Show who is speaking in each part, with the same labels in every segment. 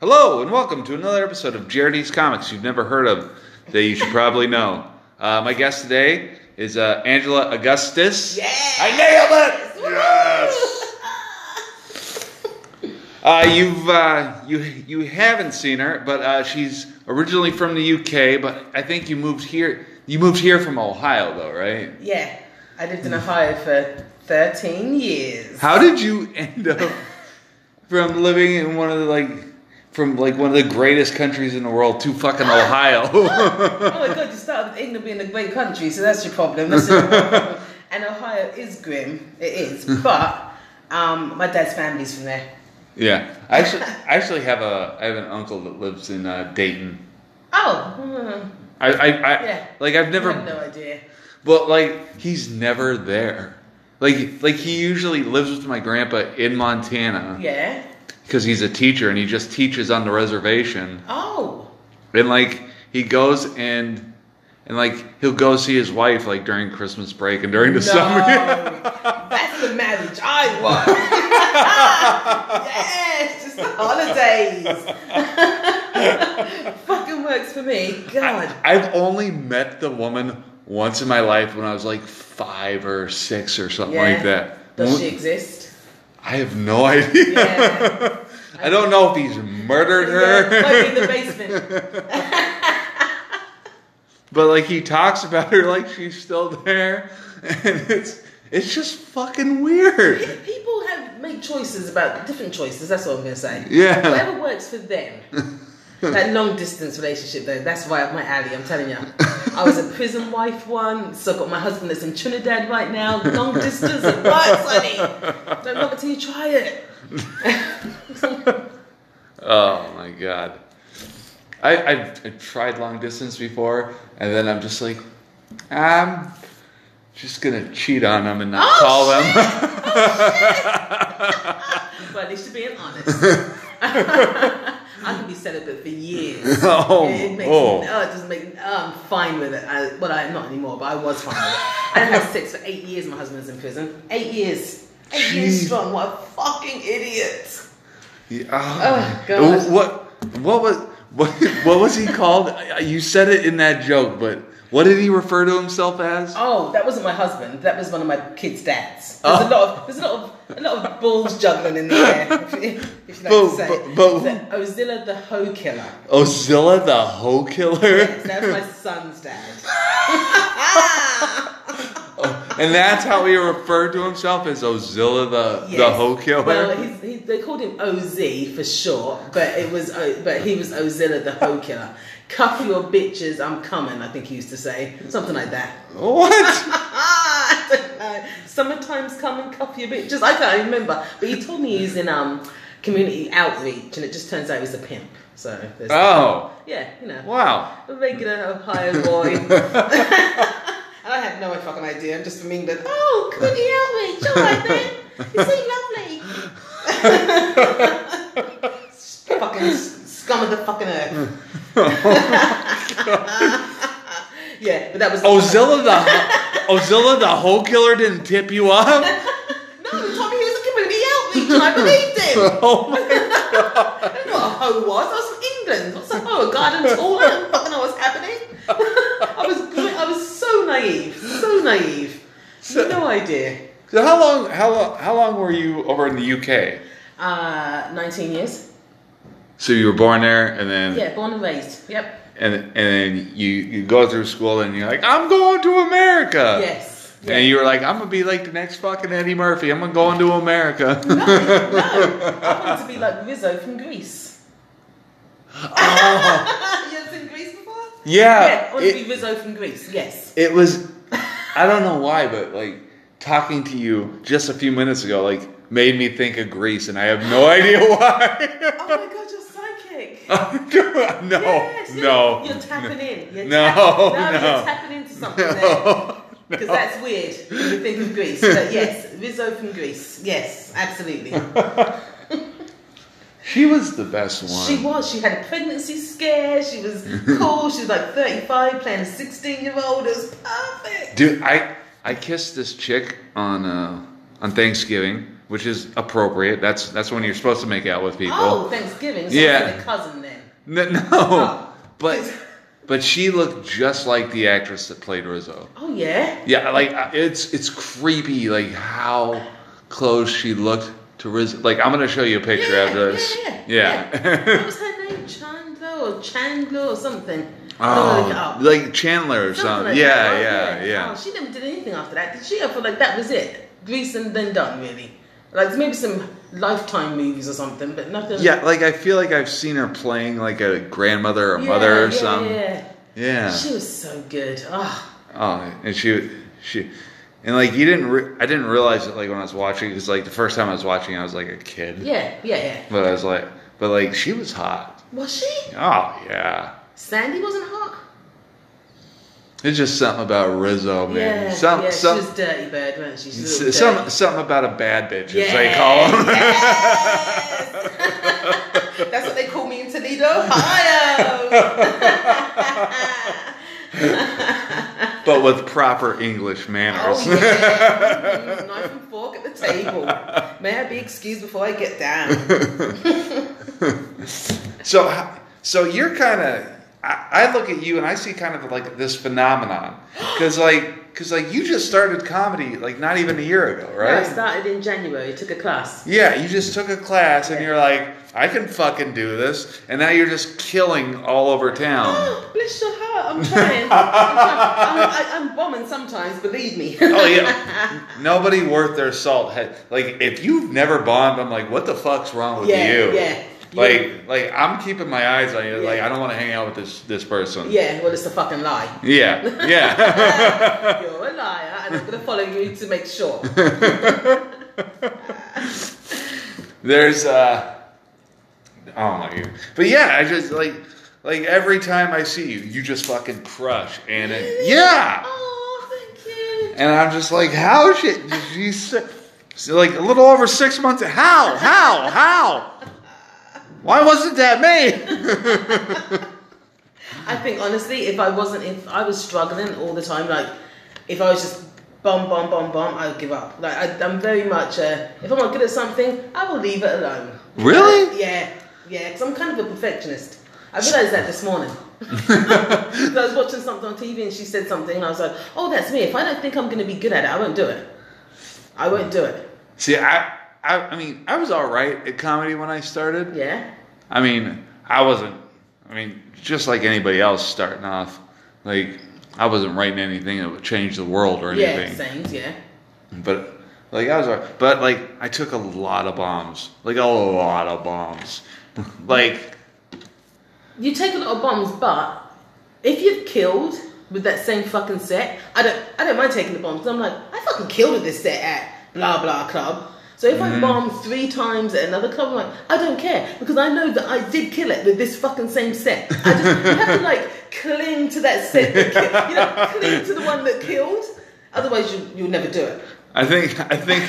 Speaker 1: Hello, and welcome to another episode of Jaredy's Comics You've Never Heard of that you should probably know. Uh, my guest today is uh, Angela Augustus.
Speaker 2: Yeah.
Speaker 1: I nailed it! Yes! Uh, you've uh, you you haven't seen her, but uh, she's originally from the UK. But I think you moved here. You moved here from Ohio, though, right?
Speaker 2: yeah. I lived in Ohio for 13 years.
Speaker 1: How did you end up from living in one of the like from like one of the greatest countries in the world to fucking Ohio?
Speaker 2: Oh my god, you started with England being a great country, so that's your problem. That's your problem. And Ohio is grim, it is. But um, my dad's family's from there.
Speaker 1: yeah, I actually I actually have a I have an uncle that lives in uh, Dayton.
Speaker 2: Oh, hmm,
Speaker 1: I I, I
Speaker 2: Yeah.
Speaker 1: like I've
Speaker 2: I have
Speaker 1: never
Speaker 2: no idea.
Speaker 1: but like he's never there. Like like he usually lives with my grandpa in Montana
Speaker 2: Yeah.
Speaker 1: because he's a teacher and he just teaches on the reservation.
Speaker 2: Oh,
Speaker 1: And like he goes and and like he'll go see his wife like during Christmas break and during the
Speaker 2: no.
Speaker 1: summer.
Speaker 2: that's the marriage I want. yes, just the holidays. Fucking works for me. God.
Speaker 1: I've only met the woman once in my life when I was like five or six or something like that.
Speaker 2: Does
Speaker 1: When-
Speaker 2: she exist?
Speaker 1: I have no idea.
Speaker 2: Yeah.
Speaker 1: I don't know if he's murdered
Speaker 2: Yeah,
Speaker 1: her,
Speaker 2: like in the basement.
Speaker 1: but like he talks about her like she's still there, and it's it's just fucking weird.
Speaker 2: People have made choices about different choices. That's all I'm going to say.
Speaker 1: Yeah.
Speaker 2: Whatever works for them. that long distance relationship though, that's right up my alley. I'm telling you. I was a prison wife once. So I've got my husband that's in Trinidad right now. Long distance, it works, honey. Don't love it till you try it.
Speaker 1: Oh my god. I, I've, I've tried long distance before, and then I'm just like, I'm just gonna cheat on them and not
Speaker 2: Oh,
Speaker 1: call them.
Speaker 2: But at least you're being honest. I can be celibate for years.
Speaker 1: oh,
Speaker 2: It, it makes me,
Speaker 1: oh.
Speaker 2: oh, it doesn't make. Oh, I'm fine with it. I, well, I'm not anymore, but I was fine with it. I had sex for eight years. My husband's in prison. Eight years. Eight years
Speaker 1: Jeez.
Speaker 2: strong. What a fucking idiot.
Speaker 1: Yeah,
Speaker 2: Oh,
Speaker 1: oh.
Speaker 2: God.
Speaker 1: What what was what, what was he called? I- I- You said it in that joke, but what did he refer to himself as?
Speaker 2: Oh, that wasn't my husband. That was one of my kids' dads. There's a lot of there's a lot of a lot of balls juggling in the air. If, if you like
Speaker 1: But-
Speaker 2: to say.
Speaker 1: but- but-
Speaker 2: The Ozilla the hoe killer.
Speaker 1: Ozilla the Hoe Killer,
Speaker 2: Yes, that's my son's dad.
Speaker 1: and that's how he referred to himself as Ozilla the the
Speaker 2: Yes.
Speaker 1: Hoe Killer.
Speaker 2: Well, he's, he, they called him OZ for short, but it was O- but he was Ozilla the hoe killer. Cuff your bitches, I'm coming. I think he used to say something like that.
Speaker 1: what?
Speaker 2: Ah, I don't know. Summertime's coming, cuff your bitches. I can't remember, but he told me he's in um community outreach, and it just turns out he's a pimp. So there's
Speaker 1: Oh,
Speaker 2: yeah, you know,
Speaker 1: wow.
Speaker 2: a regular Ohio boy. and I had no fucking idea. I'm just from England. Oh, community outreach. All right then. You seem lovely. fucking s- scum of the fucking earth. yeah, but that was
Speaker 1: Oh, Ozilla the Ozilla the Hole Killer didn't tip you up?
Speaker 2: No, he told me he was a community outreach, and I believed him.
Speaker 1: Oh my,
Speaker 2: I didn't know what a hoe was. I was from England. What's a hoe? A garden tool? I didn't fucking know what's happening. I was bl- I was so naive, so naive. no idea.
Speaker 1: so how long how long how long were you over in the UK?
Speaker 2: Uh, 19 years.
Speaker 1: So you were born there and then
Speaker 2: Yeah, born and raised. Yep.
Speaker 1: and and then you, you go through school and you're like, I'm going to America.
Speaker 2: Yes. Uh, Yeah.
Speaker 1: And you were like, I'm gonna be like the next fucking Eddie Murphy. I'm gonna go into America.
Speaker 2: No, no. I wanted to be like Rizzo from Greece.
Speaker 1: Oh,
Speaker 2: you ever seen Greece before? Yeah,
Speaker 1: yeah.
Speaker 2: I want to
Speaker 1: It,
Speaker 2: be Rizzo from Greece. Yes.
Speaker 1: it was I don't know why, but like talking to you just a few minutes ago, like made me think of Greece and I have no idea why.
Speaker 2: Oh my god, you're psychic.
Speaker 1: no,
Speaker 2: yes, you're-
Speaker 1: no,
Speaker 2: You're tapping in. You're
Speaker 1: No,
Speaker 2: tapping,
Speaker 1: no.
Speaker 2: no, You're tapping into something there.
Speaker 1: no,
Speaker 2: Because that's weird when you think of Greece. But yes, Rizzo from Greece. Yes, absolutely.
Speaker 1: She was the best one.
Speaker 2: She was. She had a pregnancy scare. She was cool. She was like 35 playing a 16 year old. It was perfect.
Speaker 1: Dude, I I kissed this chick on uh, on Thanksgiving. which is appropriate. That's that's when you're supposed to make out with people.
Speaker 2: Oh, Thanksgiving. So
Speaker 1: Yeah.
Speaker 2: yeah. A cousin then.
Speaker 1: N- No,
Speaker 2: Oh.
Speaker 1: but but she looked just like the actress that played Rizzo.
Speaker 2: Oh yeah.
Speaker 1: Yeah, like uh, it's it's creepy, like how close she looked to Rizzo. Like I'm gonna show you a picture
Speaker 2: Yeah,
Speaker 1: after
Speaker 2: yeah,
Speaker 1: this.
Speaker 2: yeah,
Speaker 1: yeah.
Speaker 2: What was her name? Chandler or Chandler or something. I'm gonna look it
Speaker 1: Oh,
Speaker 2: up.
Speaker 1: like Chandler or
Speaker 2: Something
Speaker 1: something.
Speaker 2: like
Speaker 1: yeah,
Speaker 2: that.
Speaker 1: yeah, yeah,
Speaker 2: Oh, she never did anything after that, did she? I feel like that was it. Grease and then done, really. Like maybe some Lifetime movies or something, but nothing.
Speaker 1: Yeah, like I feel like I've seen her playing like a grandmother or
Speaker 2: Yeah,
Speaker 1: mother or
Speaker 2: yeah,
Speaker 1: something. Yeah.
Speaker 2: Yeah. She was so good. Oh,
Speaker 1: Oh, and she she and like you didn't re- I didn't realize it like when I was watching because like the first time I was watching I was like a kid.
Speaker 2: yeah, yeah, yeah.
Speaker 1: But I was like, but like she was hot.
Speaker 2: Was she?
Speaker 1: Oh yeah.
Speaker 2: Sandy wasn't hot.
Speaker 1: It's just something about Rizzo, man.
Speaker 2: yeah,
Speaker 1: Oh, some
Speaker 2: yeah.
Speaker 1: some
Speaker 2: she was dirty bird, wasn't she? She was a
Speaker 1: s-
Speaker 2: little
Speaker 1: some
Speaker 2: dirty.
Speaker 1: something about a bad bitch as they
Speaker 2: Yes,
Speaker 1: call him.
Speaker 2: yes. That's what they call me in Toledo, Ohio.
Speaker 1: but with proper English manners.
Speaker 2: Oh, yeah. Mhm. Knife and fork at the table. May I be excused before I get down?
Speaker 1: So, h- so you're kind of. I, I look at you and I see kind of like this phenomenon because like because like you just started comedy like not even a year ago,
Speaker 2: No, I
Speaker 1: right?
Speaker 2: started in January, took a class.
Speaker 1: yeah, you just took a class and you're like, I can fucking do this, and now you're just killing all over town.
Speaker 2: Oh, bless your heart, I'm trying. I'm, trying. I'm, I, I'm bombing sometimes, believe me.
Speaker 1: oh yeah, nobody worth their salt. Had, like if you've never bombed, I'm like, what the fuck's wrong with
Speaker 2: Yeah,
Speaker 1: you?
Speaker 2: yeah.
Speaker 1: Like like I'm keeping my eyes on you. Like
Speaker 2: Yeah.
Speaker 1: I don't want to hang out with this this person.
Speaker 2: Yeah, well, it's a fucking lie.
Speaker 1: Yeah. Yeah.
Speaker 2: You're a liar, and I'm going to follow you to make sure.
Speaker 1: There's uh oh my god. But yeah, I just like like every time I see you, you just fucking crush and it, yeah.
Speaker 2: Oh, thank you.
Speaker 1: And I'm just like, how shit did you say so like a little over six months how? How? How? Why wasn't that me?
Speaker 2: I think honestly, if I wasn't, if I was struggling all the time, like if I was just bomb, bomb, bomb, bomb, I would give up. Like I, I'm very much, uh, if I'm not good at something, I will leave it alone.
Speaker 1: Really?
Speaker 2: Yeah, yeah. Because I'm kind of a perfectionist. I realised that this morning. 'Cause I was watching something on TV and she said something, and I was like, "Oh, that's me. If I don't think I'm going to be good at it, I won't do it. I won't do it."
Speaker 1: See, I I, I mean, I was alright at comedy when I started.
Speaker 2: Yeah.
Speaker 1: I mean, I wasn't. I mean, just like anybody else starting off, like I wasn't writing anything that would change the world or
Speaker 2: Yeah.
Speaker 1: anything.
Speaker 2: Same. Yeah.
Speaker 1: but like I was, all right. but like I took a lot of bombs, like a lot of bombs, like
Speaker 2: You take a lot of bombs, but if you've killed with that same fucking set, I don't I don't mind taking the bombs. I'm like, I fucking killed with this set at blah blah club. So if I bomb three times at another club, I'm like, I don't care because I know that I did kill it with this fucking same set. I just you have to like cling to that set, that ki- you know, cling to the one that killed. Otherwise, you you'll never do it.
Speaker 1: I think I think.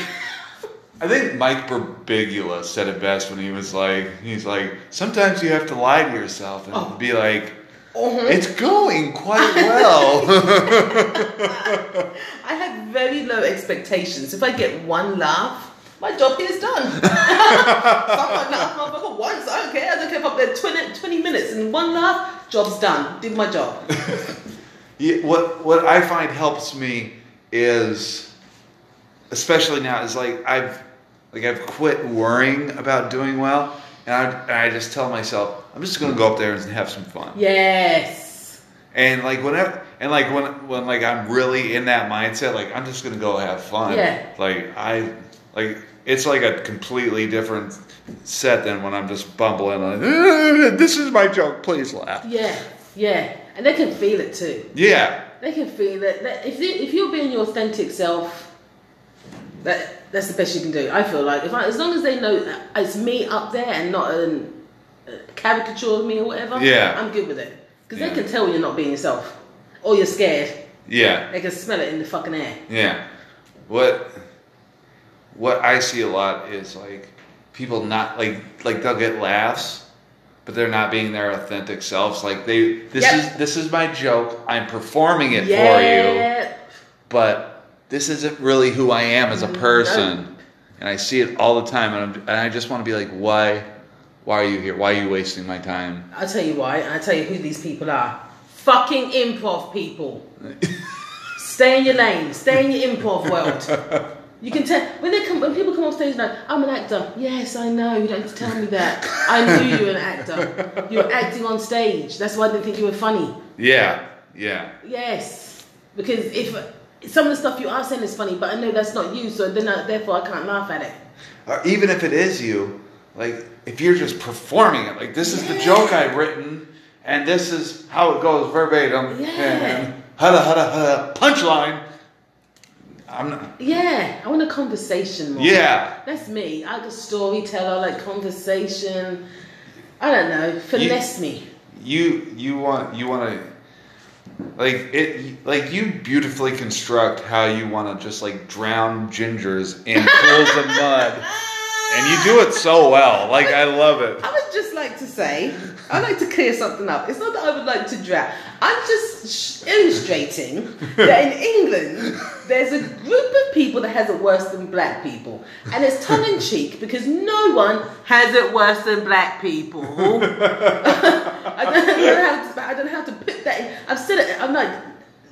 Speaker 1: I think Mike Birbiglia said it best when he was like, he's like, sometimes you have to lie to yourself and
Speaker 2: Oh.
Speaker 1: be like,
Speaker 2: Mhm.
Speaker 1: it's going quite well.
Speaker 2: I have very low expectations. If I get one laugh, my job here is done. Someone laugh, motherfucker, once. I don't care. I don't care if I'm there 20, 20 minutes and one laugh, job's done. Did my job.
Speaker 1: Yeah, what what I find helps me is, especially now, is like I've like I've quit worrying about doing well, and I, and I just tell myself I'm just gonna go up there and have some fun.
Speaker 2: Yes.
Speaker 1: And like whenever and like when when like I'm really in that mindset, like I'm just gonna go have fun.
Speaker 2: Yeah.
Speaker 1: Like I like it's like a completely different set than when I'm just bumbling like this is my joke, please laugh.
Speaker 2: Yeah. Yeah. And they can feel it too.
Speaker 1: Yeah.
Speaker 2: They can feel it. That if, you- if you're being your authentic self, that that's the best you can do. I feel like if I, as long as they know that it's me up there and not a, a caricature of me or whatever,
Speaker 1: Yeah.
Speaker 2: I'm good with it because
Speaker 1: Yeah.
Speaker 2: they can tell when you're not being yourself or you're scared.
Speaker 1: Yeah.
Speaker 2: They can smell it in the fucking air.
Speaker 1: Yeah. What what I see a lot is like people not like like they'll get laughs, but they're not being their authentic selves. Like they this
Speaker 2: Yep.
Speaker 1: is this is my joke. I'm performing it for you,
Speaker 2: yeah,
Speaker 1: but this isn't really who I am as a person. and I see it all the time, and, I'm, and I just want to be like, why, why are you here? Why are you wasting my time?
Speaker 2: I'll tell you why, and I'll tell you who these people are. Fucking improv people. stay in your lane, stay in your improv world. You can tell when they come when people come on stage like I'm an actor. Yes, I know. You don't have to tell me that. I knew you were an actor. You were acting on stage. That's why I didn't think you were funny.
Speaker 1: Yeah, yeah,
Speaker 2: Yes, because if some of the stuff you are saying is funny, but I know that's not you, so then I, therefore I can't laugh at it.
Speaker 1: or even if it is you, like if you're just performing it, like this is the joke I've written, and this is how it goes verbatim,
Speaker 2: Yeah.
Speaker 1: and hada hada hada punchline. I'm not,
Speaker 2: Yeah, I want a conversation more.
Speaker 1: yeah.
Speaker 2: That's me. I like a storyteller, I like conversation. I don't know, finesse me.
Speaker 1: you you want you want to like it like you beautifully construct how you want to just like drown gingers in pools of mud and you do it so well like i love it
Speaker 2: Ah, I would just like to say, I'd like to clear something up. It's not that I would like to draft. I'm just sh- illustrating that in England, there's a group of people that has it worse than black people. And it's tongue in cheek because no one has it worse than black people. I, don't, I, don't have to, I don't have to put that in. I've said it, I'm like,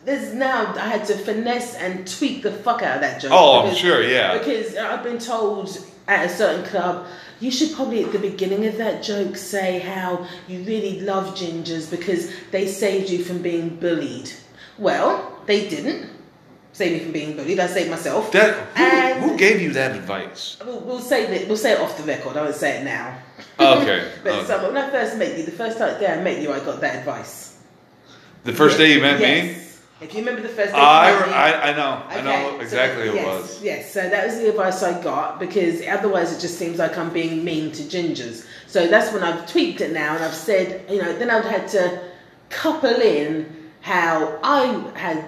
Speaker 2: there's now, I had to finesse and tweak the fuck out of that joke.
Speaker 1: Oh, I'm
Speaker 2: because-
Speaker 1: sure, yeah.
Speaker 2: Because I've been told at a certain club, you should probably at the beginning of that joke say how you really love gingers because they saved you from being bullied. Well, they didn't save me from being bullied, I saved myself.
Speaker 1: that who, who
Speaker 2: and
Speaker 1: gave you that advice
Speaker 2: We'll, we'll say that we'll say it off the record. I won't say it now.
Speaker 1: Oh, Okay,
Speaker 2: but
Speaker 1: okay.
Speaker 2: someone- when I first met you, the first time day I met you, I got that advice.
Speaker 1: the first day you met me
Speaker 2: Yes. If you remember the first day, you
Speaker 1: I,
Speaker 2: met me-
Speaker 1: I i know i
Speaker 2: Okay,
Speaker 1: know
Speaker 2: so
Speaker 1: exactly who
Speaker 2: yes,
Speaker 1: it was
Speaker 2: Yes, so that was the advice I got because otherwise it just seems like I'm being mean to gingers. So that's when I've tweaked it now and I've said, you know, then I've had to couple in how I had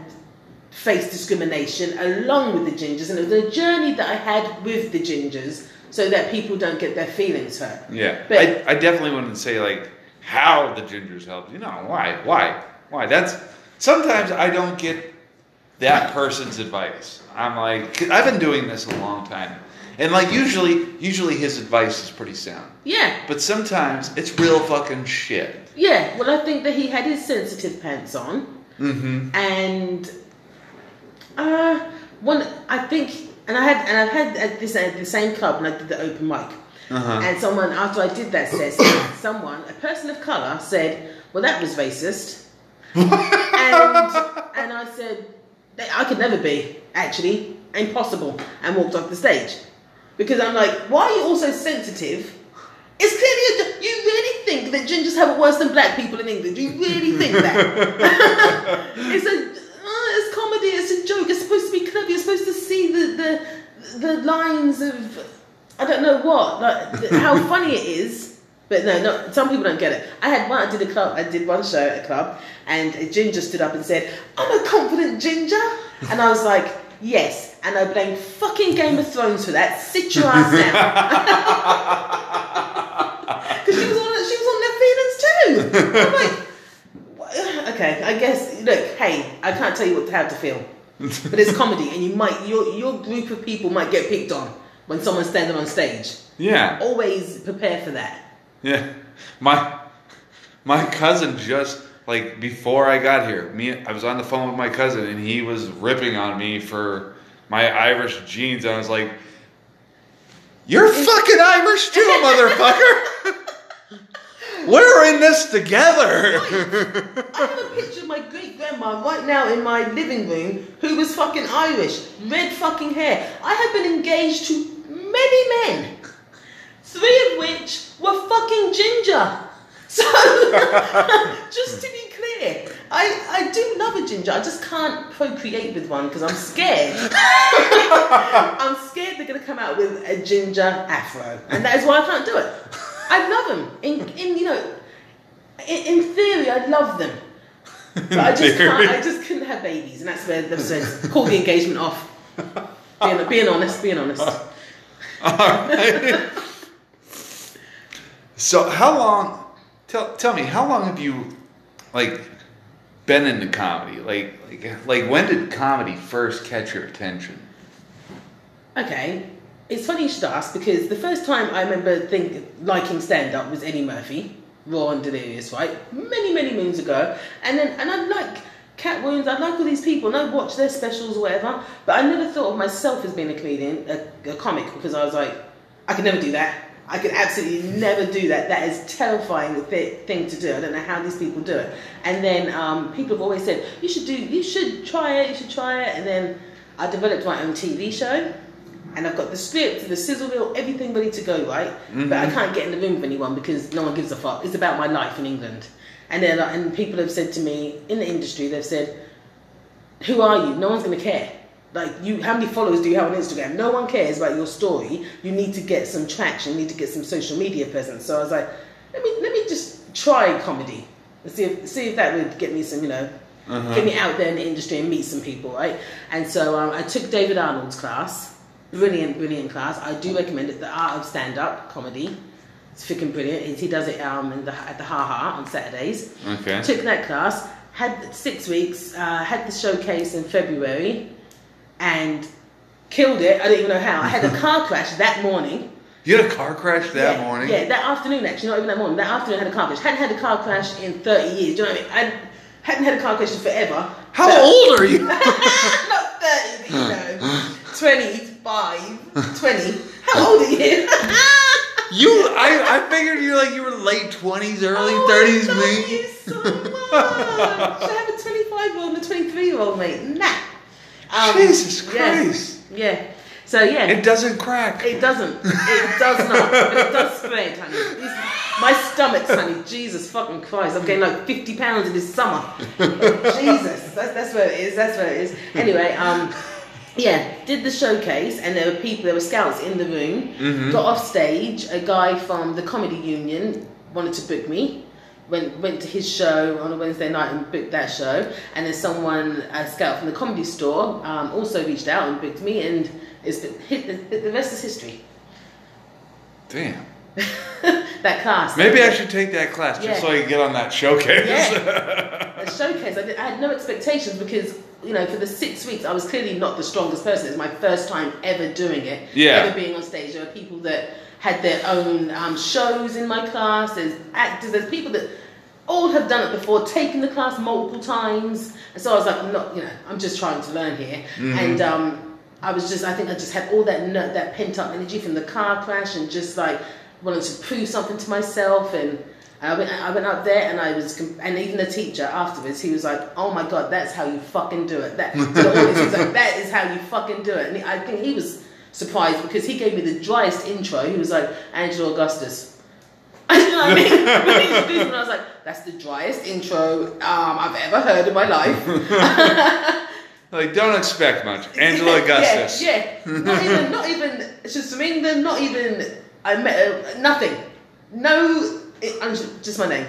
Speaker 2: faced discrimination along with the gingers and it was a journey that I had with the gingers so that people don't get their feelings hurt.
Speaker 1: yeah
Speaker 2: But-
Speaker 1: I, I definitely wouldn't say like how the gingers helped you know why why why that's sometimes i don't get that person's advice. I'm like, 'cause I've been doing this a long time, and like usually, usually his advice is pretty sound,
Speaker 2: Yeah.
Speaker 1: but sometimes it's real fucking shit.
Speaker 2: Yeah, well, I think that he had his sensitive pants on, mm-hmm. and uh, one I think, and I had, and I've had at this at the same club when I did the open mic, and someone after I did that says someone, a person of color, said, "Well, that was racist," and and I said, "That- "I could never be actually impossible," and walked off the stage because I'm like, "Why are you all so sensitive?" It's clearly a, you really think that gingers have it worse than black people in England. You really think that? it's a uh, it's comedy. It's a joke. It's supposed to be clever. You're supposed to see the the the lines of I don't know what like th- how funny it is. But no, no, some people don't get it. I had one. I did a club. I did one show at a club, and a ginger stood up and said, "I'm a confident ginger," and I was like, "Yes." And I blame fucking Game of Thrones for that. Sit your ass down. Because she was on she was on their feelings too. I'm like, wha- okay, I guess. Look, hey, I can't tell you what how to feel, but it's comedy, and you might your your group of people might get picked on when someone's standing on stage.
Speaker 1: Yeah,
Speaker 2: Always prepare for that.
Speaker 1: yeah. My my cousin just like before I got here, me I was on the phone with my cousin, and he was ripping on me for my Irish jeans, and I was like, "You're fucking Irish too, motherfucker." We're in this together.
Speaker 2: I have a picture of my great grandma right now in my living room who was fucking Irish, red fucking hair. I have been engaged to many men, three of which were fucking ginger. So, just to be clear, I, I do love a ginger. I just can't procreate with one because I'm scared. I'm scared they're going to come out with a ginger afro. And that is why I can't do it. I love them. In, in, you know, in, in theory, I love them, but I just can't, I just couldn't have babies, and that's where that's where call the engagement off. Being, being honest, being honest.
Speaker 1: Alright. so how long tell tell me how long have you like been into comedy like like like when did comedy first catch your attention
Speaker 2: Okay, It's funny you should ask because the first time I remember think liking stand up was Eddie Murphy, Raw and Delirious, right? Many, many moons ago. And then and I like Cat Williams, I like all these people and I watch their specials or whatever, but I never thought of myself as being a comedian, a, a comic, because I was like, I could never do that. I could absolutely never do that. That is terrifying th- thing to do. I don't know how these people do it. And then um, people have always said you should do, you should try it, you should try it. And then I developed my own TV show, and I've got the script, the sizzle reel, everything ready to go, right? But I can't get in the room with anyone because no one gives a fuck. It's about my life in England. And then like, and people have said to me in the industry, they've said, who are you? No one's gonna care. Like you, how many followers do you have on Instagram? No one cares about your story. You need to get some traction. You need to get some social media presence. So I was like, let me let me just try comedy and see if see if that would get me some, you know, get me out there in the industry and meet some people, right? And so um, I took David Arnold's class. Brilliant, brilliant class. I do recommend it. The Art of Stand Up Comedy. It's freaking brilliant. He does it um, in the, at the Ha Ha on Saturdays.
Speaker 1: Okay.
Speaker 2: Took that class, had six weeks, uh, had the showcase in February, and killed it. I don't even know how. I had a car crash that morning.
Speaker 1: You had a car crash that
Speaker 2: yeah,
Speaker 1: morning.
Speaker 2: Yeah, that afternoon actually, not even that morning. That afternoon I had a car crash. Hadn't had a car crash in 30 years. Do you know what I mean? I hadn't had a car crash in forever.
Speaker 1: How
Speaker 2: But-
Speaker 1: old are you?
Speaker 2: not 30, you know. 25, 20. How old are you?
Speaker 1: You, I, I figured you like you were late twenties, early
Speaker 2: Oh,
Speaker 1: thirties,
Speaker 2: I love
Speaker 1: me.
Speaker 2: you so much. Should I have a 25 year old and a 23 year old, mate? Nah. Um,
Speaker 1: Jesus
Speaker 2: yeah.
Speaker 1: Christ!
Speaker 2: Yeah. So, yeah.
Speaker 1: It doesn't crack.
Speaker 2: It doesn't. It does not. But it does spread, honey. It's- my stomach's, honey. Jesus fucking Christ. I'm getting like 50 pounds in this summer. Jesus. That's, that's where it is. That's where it is. Anyway, um, yeah, did the showcase, and there were people, there were scouts in the room.
Speaker 1: Mm-hmm.
Speaker 2: Got off stage. A guy from the comedy union wanted to book me. Went went to his show on a Wednesday night and booked that show. And then someone, a scout from the comedy store, um, also reached out and booked me. And it's hit, the, the rest is history.
Speaker 1: Damn.
Speaker 2: that class.
Speaker 1: Maybe I should take that class just
Speaker 2: Yeah.
Speaker 1: so I can get on that showcase.
Speaker 2: Yeah. a showcase. I, did, I had no expectations because you know for the six weeks I was clearly not the strongest person. It's my first time ever doing it.
Speaker 1: Yeah.
Speaker 2: Ever being on stage. There were people that had their own um, shows in my class. There's actors. There's people that all have done it before, taken the class multiple times. And so I was like, I'm not. You know, I'm just trying to learn here. And um, I was just. I think I just had all that ner- that pent up energy from the car crash and just like wanted to prove something to myself and. I went, I went up there and I was, com- and even the teacher afterwards, he was like, "Oh my god, that's how you fucking do it." That to the audience, he was like, "That is how you fucking do it." And I think he was surprised because he gave me the driest intro. He was like, "Angela Augustus." you know what I mean? When he introduced me, I was like, "That's the driest intro um, I've ever heard in my life."
Speaker 1: Like, don't expect much. Angela Augustus.
Speaker 2: Yeah, yeah. not even, not even. She's from England. Not even. I met uh, nothing. No, it, I'm ju- just my name.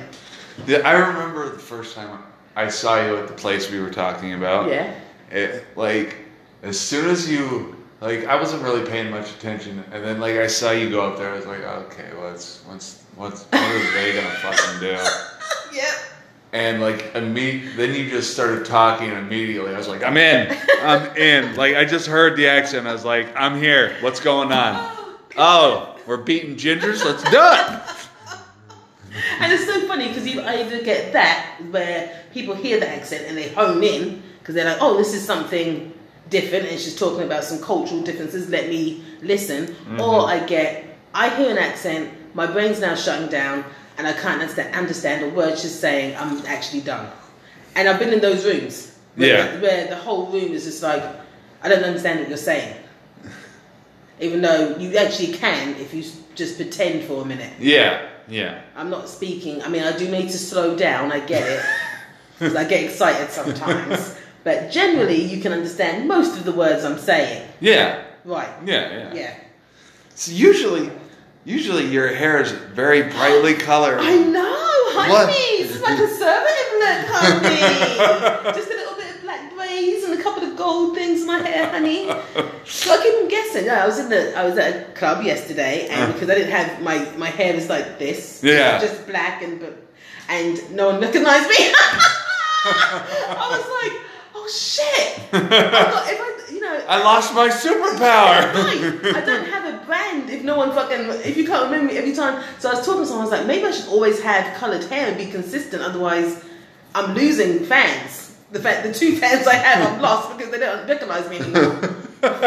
Speaker 1: Yeah, I remember the first time I saw you at the place we were talking about.
Speaker 2: Yeah.
Speaker 1: It, like, as soon as you, like, I wasn't really paying much attention, and then like I saw you go up there, I was like, okay, what's what's what's what are they gonna fucking do?
Speaker 2: Yep.
Speaker 1: And like, imme- then you just started talking immediately. I was like, I'm in, I'm in. Like, I just heard the accent. I was like, I'm here. What's going on? Oh, we're beating gingers. Let's do it.
Speaker 2: And it's so funny because you either get that where people hear the accent and they hone in because they're like, oh, this is something different, and she's talking about some cultural differences. Let me listen. Or I get, I hear an accent, my brain's now shutting down, and I can't understand, understand a word she's saying. I'm actually done. And I've been in those rooms where,
Speaker 1: Yeah.
Speaker 2: where the whole room is just like, I don't understand what you're saying. Even though you actually can if you s- just pretend for a minute.
Speaker 1: Yeah, yeah.
Speaker 2: I'm not speaking. I mean, I do need to slow down. I get it. 'Cause I get excited sometimes. but generally, you can understand most of the words I'm saying.
Speaker 1: Yeah,
Speaker 2: Right.
Speaker 1: yeah, yeah.
Speaker 2: Yeah.
Speaker 1: So usually, usually your hair is very brightly colored.
Speaker 2: I know, honey.
Speaker 1: What?
Speaker 2: This is my conservative look, honey. Just a little bit of black braids and a couple of gold things in my hair, honey. So I keep on guessing. No, I was in the I was at a club yesterday, and because I didn't have my my hair was like this,
Speaker 1: Uh. Yeah.
Speaker 2: just black and bu- and no one recognised me. I was like, oh shit! I got, if I, have, you know.
Speaker 1: I lost my
Speaker 2: Right. I
Speaker 1: superpower.
Speaker 2: don't have a brand if no one fucking if you can't remember me every time. So I was talking to someone. I was like, maybe I should always have coloured hair and be consistent. Otherwise, I'm losing fans. The fact the two fans I have, I've lost because they don't recognise me anymore. But,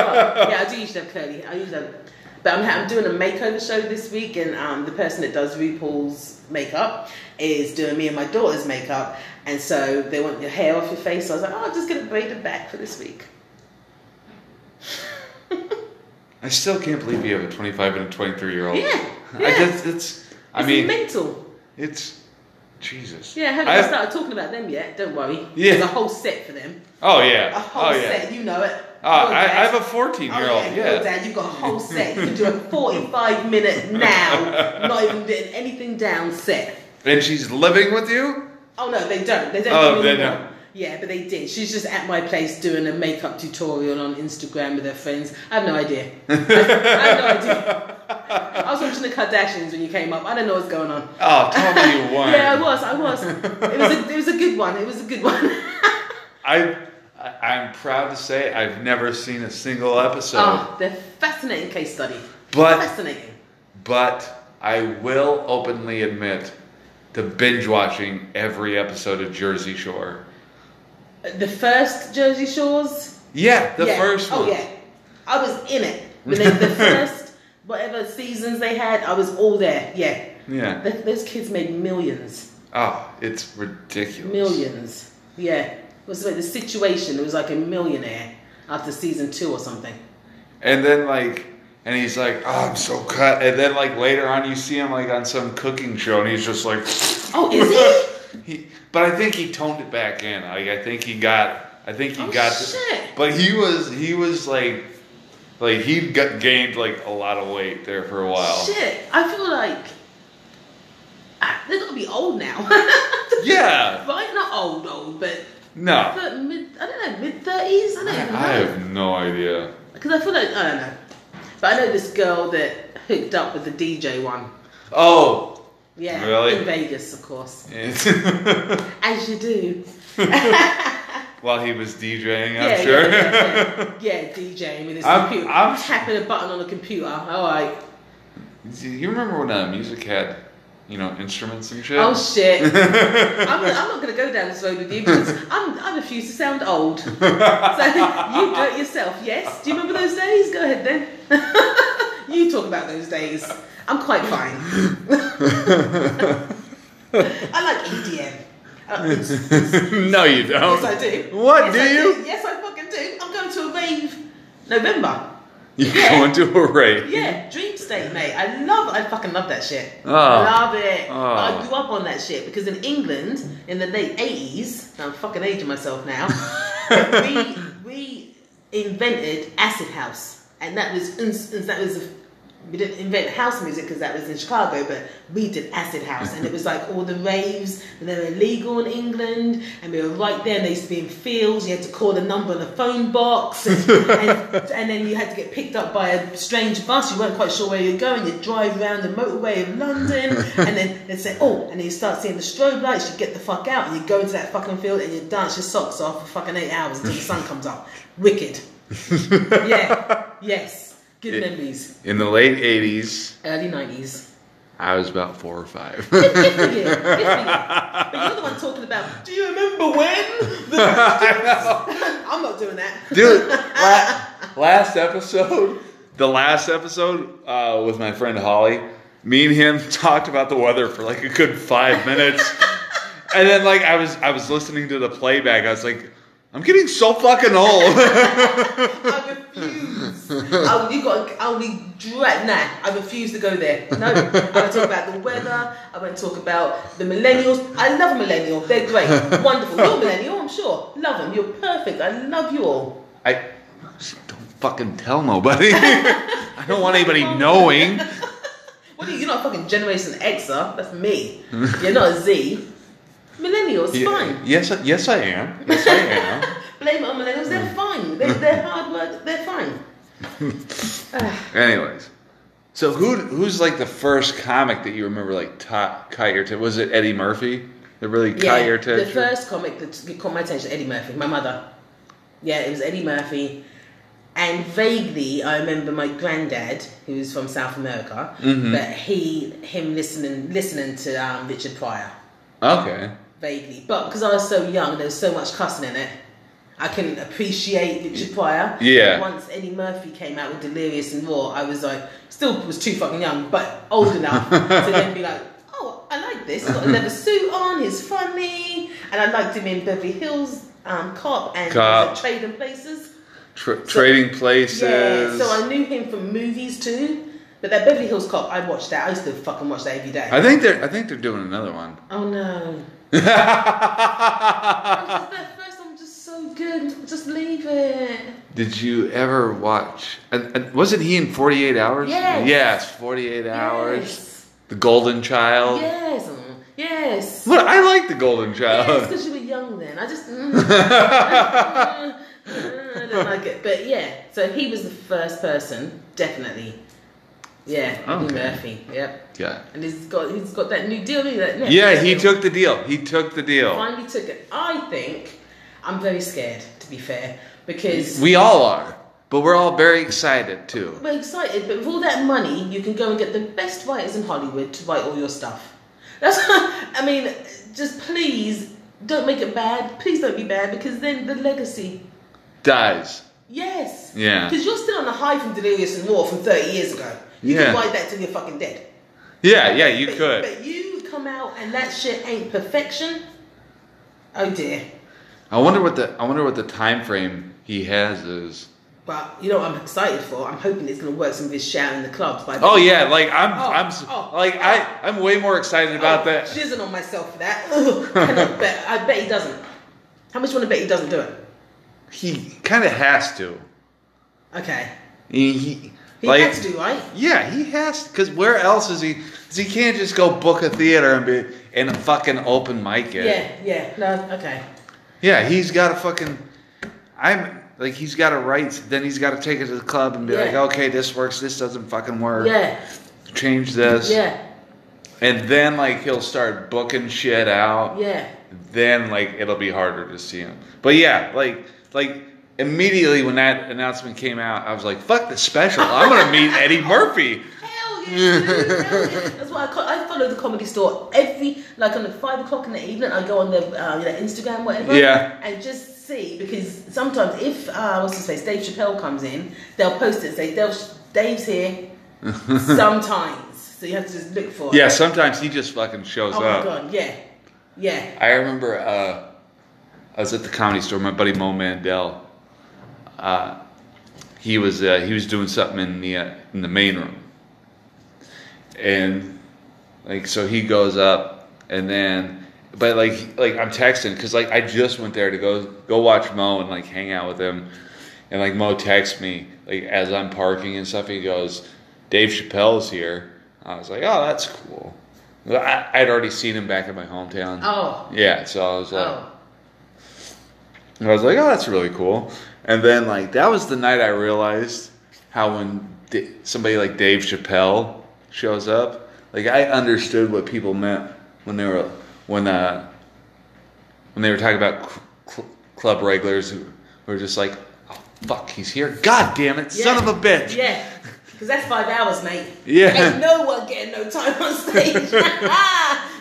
Speaker 2: yeah, I do usually have curly. hair. I usually, have, but I'm, ha- I'm doing a makeover show this week, and um, the person that does RuPaul's makeup is doing me and my daughter's makeup, and so they want your hair off your face. So I was like, oh, I'm just gonna braid it back for this week.
Speaker 1: I still can't believe you have a 25 and a 23 year old.
Speaker 2: Yeah,
Speaker 1: I
Speaker 2: yeah.
Speaker 1: guess it's. I
Speaker 2: It's
Speaker 1: mean,
Speaker 2: mental.
Speaker 1: it's Jesus.
Speaker 2: Yeah, haven't
Speaker 1: I-
Speaker 2: even started talking about them yet. Don't worry.
Speaker 1: Yeah.
Speaker 2: There's a whole set for them.
Speaker 1: Oh
Speaker 2: A
Speaker 1: yeah.
Speaker 2: whole
Speaker 1: Oh yeah.
Speaker 2: set. You know it. Oh,
Speaker 1: Uh, I, I have a 14 year old.
Speaker 2: Your
Speaker 1: Yeah.
Speaker 2: dad, you've got a whole set. You can do a 45 minute now, not even getting anything down set.
Speaker 1: And she's living with you.
Speaker 2: Oh, no, they don't. They don't.
Speaker 1: Oh,
Speaker 2: do
Speaker 1: they
Speaker 2: anymore.
Speaker 1: don't.
Speaker 2: Yeah, but they did. She's just at my place doing a makeup tutorial on Instagram with her friends. I have no idea. I, have no idea. I was watching the Kardashians when you came up. I don't know what's going on.
Speaker 1: Oh, tell me you weren't.
Speaker 2: Yeah, I was. I was. It was a, it was a good one. It was a good one.
Speaker 1: I, I- I'm proud to say I've never seen a single episode,
Speaker 2: Oh, they're fascinating case study.
Speaker 1: But-
Speaker 2: fascinating.
Speaker 1: but I will openly admit to binge watching every episode of Jersey Shore.
Speaker 2: Uh, The first Jersey Shores.
Speaker 1: Yeah, the
Speaker 2: yeah.
Speaker 1: first one.
Speaker 2: Oh yeah, I was in it. When they, the first whatever seasons they had, I was all there. Yeah.
Speaker 1: Yeah.
Speaker 2: Th- those kids made millions,
Speaker 1: Oh, it's ridiculous.
Speaker 2: millions. Yeah. It was like the situation. It was like a millionaire after season two or something.
Speaker 1: And then like, and he's like, "Oh, I'm so cut." And then like later on, you see him like on some cooking show, and he's just like,
Speaker 2: Oh, is he?
Speaker 1: he, but I think he toned it back in. Like I think he got, I think he
Speaker 2: Oh,
Speaker 1: got.
Speaker 2: shit.
Speaker 1: But he was, he was like, like he got, gained like a lot of weight there for a while.
Speaker 2: Shit. I feel like ah, they're gonna be old now.
Speaker 1: Yeah.
Speaker 2: right? Not old, old, but
Speaker 1: No.
Speaker 2: But mid, I don't know, mid thirties. I
Speaker 1: I,
Speaker 2: don't even
Speaker 1: I
Speaker 2: know.
Speaker 1: have no idea.
Speaker 2: Because I feel like I don't know. But I know this girl that hooked up with the DJ one.
Speaker 1: Oh.
Speaker 2: Yeah,
Speaker 1: Really?
Speaker 2: in Vegas, of course,
Speaker 1: It's-
Speaker 2: as you do.
Speaker 1: While he was DJing, I'm
Speaker 2: yeah,
Speaker 1: sure.
Speaker 2: yeah, yeah, yeah. Yeah, DJing with his
Speaker 1: I'm-
Speaker 2: computer,
Speaker 1: I'm-
Speaker 2: tapping a button on a computer. All right.
Speaker 1: Do you remember when uh, music had, you know, instruments and shit?
Speaker 2: Oh shit. I'm, I'm not going to go down this road with you because I'm, I refuse to sound old. So you do it yourself. Yes. Do you remember those days? Go ahead then. you talk about those days. I'm quite fine. I like EDM. Uh, it's-
Speaker 1: no, you don't.
Speaker 2: yes, I do.
Speaker 1: What,
Speaker 2: Yes,
Speaker 1: do
Speaker 2: I
Speaker 1: you?
Speaker 2: Yes, I fucking do. I'm going to a rave November.
Speaker 1: You're
Speaker 2: Yeah.
Speaker 1: going to a rave.
Speaker 2: Yeah, dream state, mate. I love, I fucking love that shit.
Speaker 1: Oh.
Speaker 2: Love it.
Speaker 1: Oh.
Speaker 2: I grew up on that shit because in England, in the late eighties, I'm fucking aging myself now. we we invented acid house, and that was uns- uns- that was. we didn't invent house music because that was in Chicago, but we did acid house, and it was like all the raves, and they were illegal in England, and we were right there. And they used to be in fields. You had to call the number on the phone box, and, and, and then you had to get picked up by a strange bus. You weren't quite sure where you're going. You drive around the motorway of London, and then they say, "Oh," and then you start seeing the strobe lights. You get the fuck out, and you go into that fucking field, and you dance your socks off for fucking eight hours until the sun comes up. Wicked. Yeah. Yes. Good
Speaker 1: Yeah.
Speaker 2: memories.
Speaker 1: In the late 80s,
Speaker 2: Early nineties.
Speaker 1: I was about four or five.
Speaker 2: Good for you. Good for you. But you're the one talking about. Do you remember when? I'm not doing that.
Speaker 1: Dude, la- last episode, the last episode uh, with my friend Holly, me and him talked about the weather for like a good five minutes, and then like I was I was listening to the playback, I was like, I'm getting so fucking old.
Speaker 2: I refuse. I, you got. I'll be dra- Nah, I refuse to go there. No, I won't talk about the weather. I won't talk about the millennials. I love a millennial. They're great, wonderful. You're a millennial, I'm sure. Love them. You're perfect. I love you all.
Speaker 1: I just don't fucking tell nobody. I don't want anybody knowing.
Speaker 2: What are you? You're not a fucking Generation Xer. That's me. You're not a Z. Millennials,
Speaker 1: Ye-
Speaker 2: fine.
Speaker 1: Yes, I- yes, I am. Yes, I am.
Speaker 2: Blame it on millennials. They're fine. They, they're hard work. They're fine.
Speaker 1: Anyways, so who who's like the first comic that you remember like taught cut your tip? Was it Eddie Murphy that really caught your
Speaker 2: the
Speaker 1: attention?
Speaker 2: first comic that caught my attention, Eddie Murphy, my mother. Yeah, it was Eddie Murphy, And vaguely, I remember my granddad, who's from South America,
Speaker 1: Mm-hmm.
Speaker 2: but he him listening listening to um, Richard Pryor
Speaker 1: Okay.
Speaker 2: vaguely, but because I was so young, there was so much cussing in it. I couldn't appreciate Richard Pryor.
Speaker 1: Yeah.
Speaker 2: Once Eddie Murphy came out with Delirious and Raw, I was like, still was too fucking young, but old enough to then be like, oh, I like this. He's got a leather suit on. He's funny, and I liked him in Beverly Hills um, Cop and
Speaker 1: Cop.
Speaker 2: was it Trading Places.
Speaker 1: Tra- trading places.
Speaker 2: Yeah. So I knew him from movies too. But that Beverly Hills Cop, I watched that. I used to fucking watch that every day.
Speaker 1: I think they're I think they're doing another one.
Speaker 2: oh no. At first, I'm just so good. Just leave it.
Speaker 1: Did you ever watch? And, and wasn't he in Forty Eight Hours?
Speaker 2: Yes.
Speaker 1: Yes, Forty Eight Hours. The Golden Child.
Speaker 2: Yes. mm, Yes.
Speaker 1: Look, I like the Golden Child.
Speaker 2: because you were young then. I just. Mm, mm, mm, I don't like it. But yeah, so he was the first person, definitely. Yeah, Eddie
Speaker 1: Okay.
Speaker 2: Murphy. Yep.
Speaker 1: Yeah.
Speaker 2: And he's got he's got that new deal. hasn't he? That Netflix
Speaker 1: Yeah, he
Speaker 2: deal.
Speaker 1: took the deal. He took the deal.
Speaker 2: Finally took it. I think I'm very scared, to be fair, because
Speaker 1: We all are, but we're all very excited too.
Speaker 2: We're excited, but with all that money, you can go and get the best writers in Hollywood to write all your stuff. That's, I mean, just please don't make it bad. Please don't be bad because then the legacy.
Speaker 1: Dies.
Speaker 2: Yes.
Speaker 1: Yeah.
Speaker 2: Because you're still on the high from Delirious and War from 30 years ago. You
Speaker 1: Yeah.
Speaker 2: can write that till you're fucking dead.
Speaker 1: Yeah, yeah, you
Speaker 2: But-
Speaker 1: could.
Speaker 2: But you come out and that shit ain't perfection. Oh dear.
Speaker 1: I wonder what the I wonder what the time frame he has is.
Speaker 2: But you know what I'm excited for? I'm hoping it's going to work some of his shout in the clubs. By
Speaker 1: Oh yeah, like I'm
Speaker 2: Oh,
Speaker 1: I'm s-
Speaker 2: oh,
Speaker 1: like I I'm way more excited about
Speaker 2: Oh,
Speaker 1: that.
Speaker 2: Jizzing on myself for that. Ugh, can I, bet, I bet he doesn't. How much you want to bet he doesn't do it?
Speaker 1: He kind of has to.
Speaker 2: Okay.
Speaker 1: He, he,
Speaker 2: He
Speaker 1: like,
Speaker 2: has to, right?
Speaker 1: Yeah, he has because where else is he? 'cause he can't just go book a theater and be and fucking open mic it.
Speaker 2: Yeah, yeah. No, okay.
Speaker 1: Yeah, he's got to fucking. I'm like he's got to write. Then he's got to take it to the club and be
Speaker 2: Yeah.
Speaker 1: like, okay, this works. This doesn't fucking work.
Speaker 2: Yeah,
Speaker 1: Change this.
Speaker 2: yeah,
Speaker 1: And then like he'll start booking shit out.
Speaker 2: yeah.
Speaker 1: Then like it'll be harder to see him. But yeah, like like immediately when that announcement came out, I was like, fuck the special. I'm gonna meet Eddie Murphy.
Speaker 2: Hell yeah, dude, hell yeah. That's why I, co- I follow the comedy store every, like on the five o'clock in the evening, I go on the uh, you know, Instagram, whatever.
Speaker 1: Yeah.
Speaker 2: And just see, because sometimes if, uh, what's his face, Dave Chappelle comes in, they'll post it and say, Dave- Dave's here sometimes. So you have to just look for it.
Speaker 1: Yeah, sometimes he just fucking shows
Speaker 2: Oh
Speaker 1: up.
Speaker 2: my god, yeah. Yeah.
Speaker 1: I remember uh, I was at the comedy store. My buddy Mo Mandel, uh, he was uh, he was doing something in the uh, in the main room, and like so he goes up, and then but like like I'm texting because like I just went there to go go watch Mo and like hang out with him, and like Mo texts me like as I'm parking and stuff. He goes, Dave Chappelle's here. I was like, oh, that's cool. I, I'd already seen him back in my hometown.
Speaker 2: Oh.
Speaker 1: Yeah, so I was like,
Speaker 2: Oh.
Speaker 1: I was like, oh, that's really cool. And then like that was the night I realized how when D- somebody like Dave Chappelle shows up, like I understood what people meant when they were when uh when they were talking about cl- cl- club regulars who were just like, oh fuck, he's here, god damn it, son of a bitch.
Speaker 2: Yeah. Because that's five hours, mate.
Speaker 1: Yeah.
Speaker 2: Ain't no one getting no time on stage.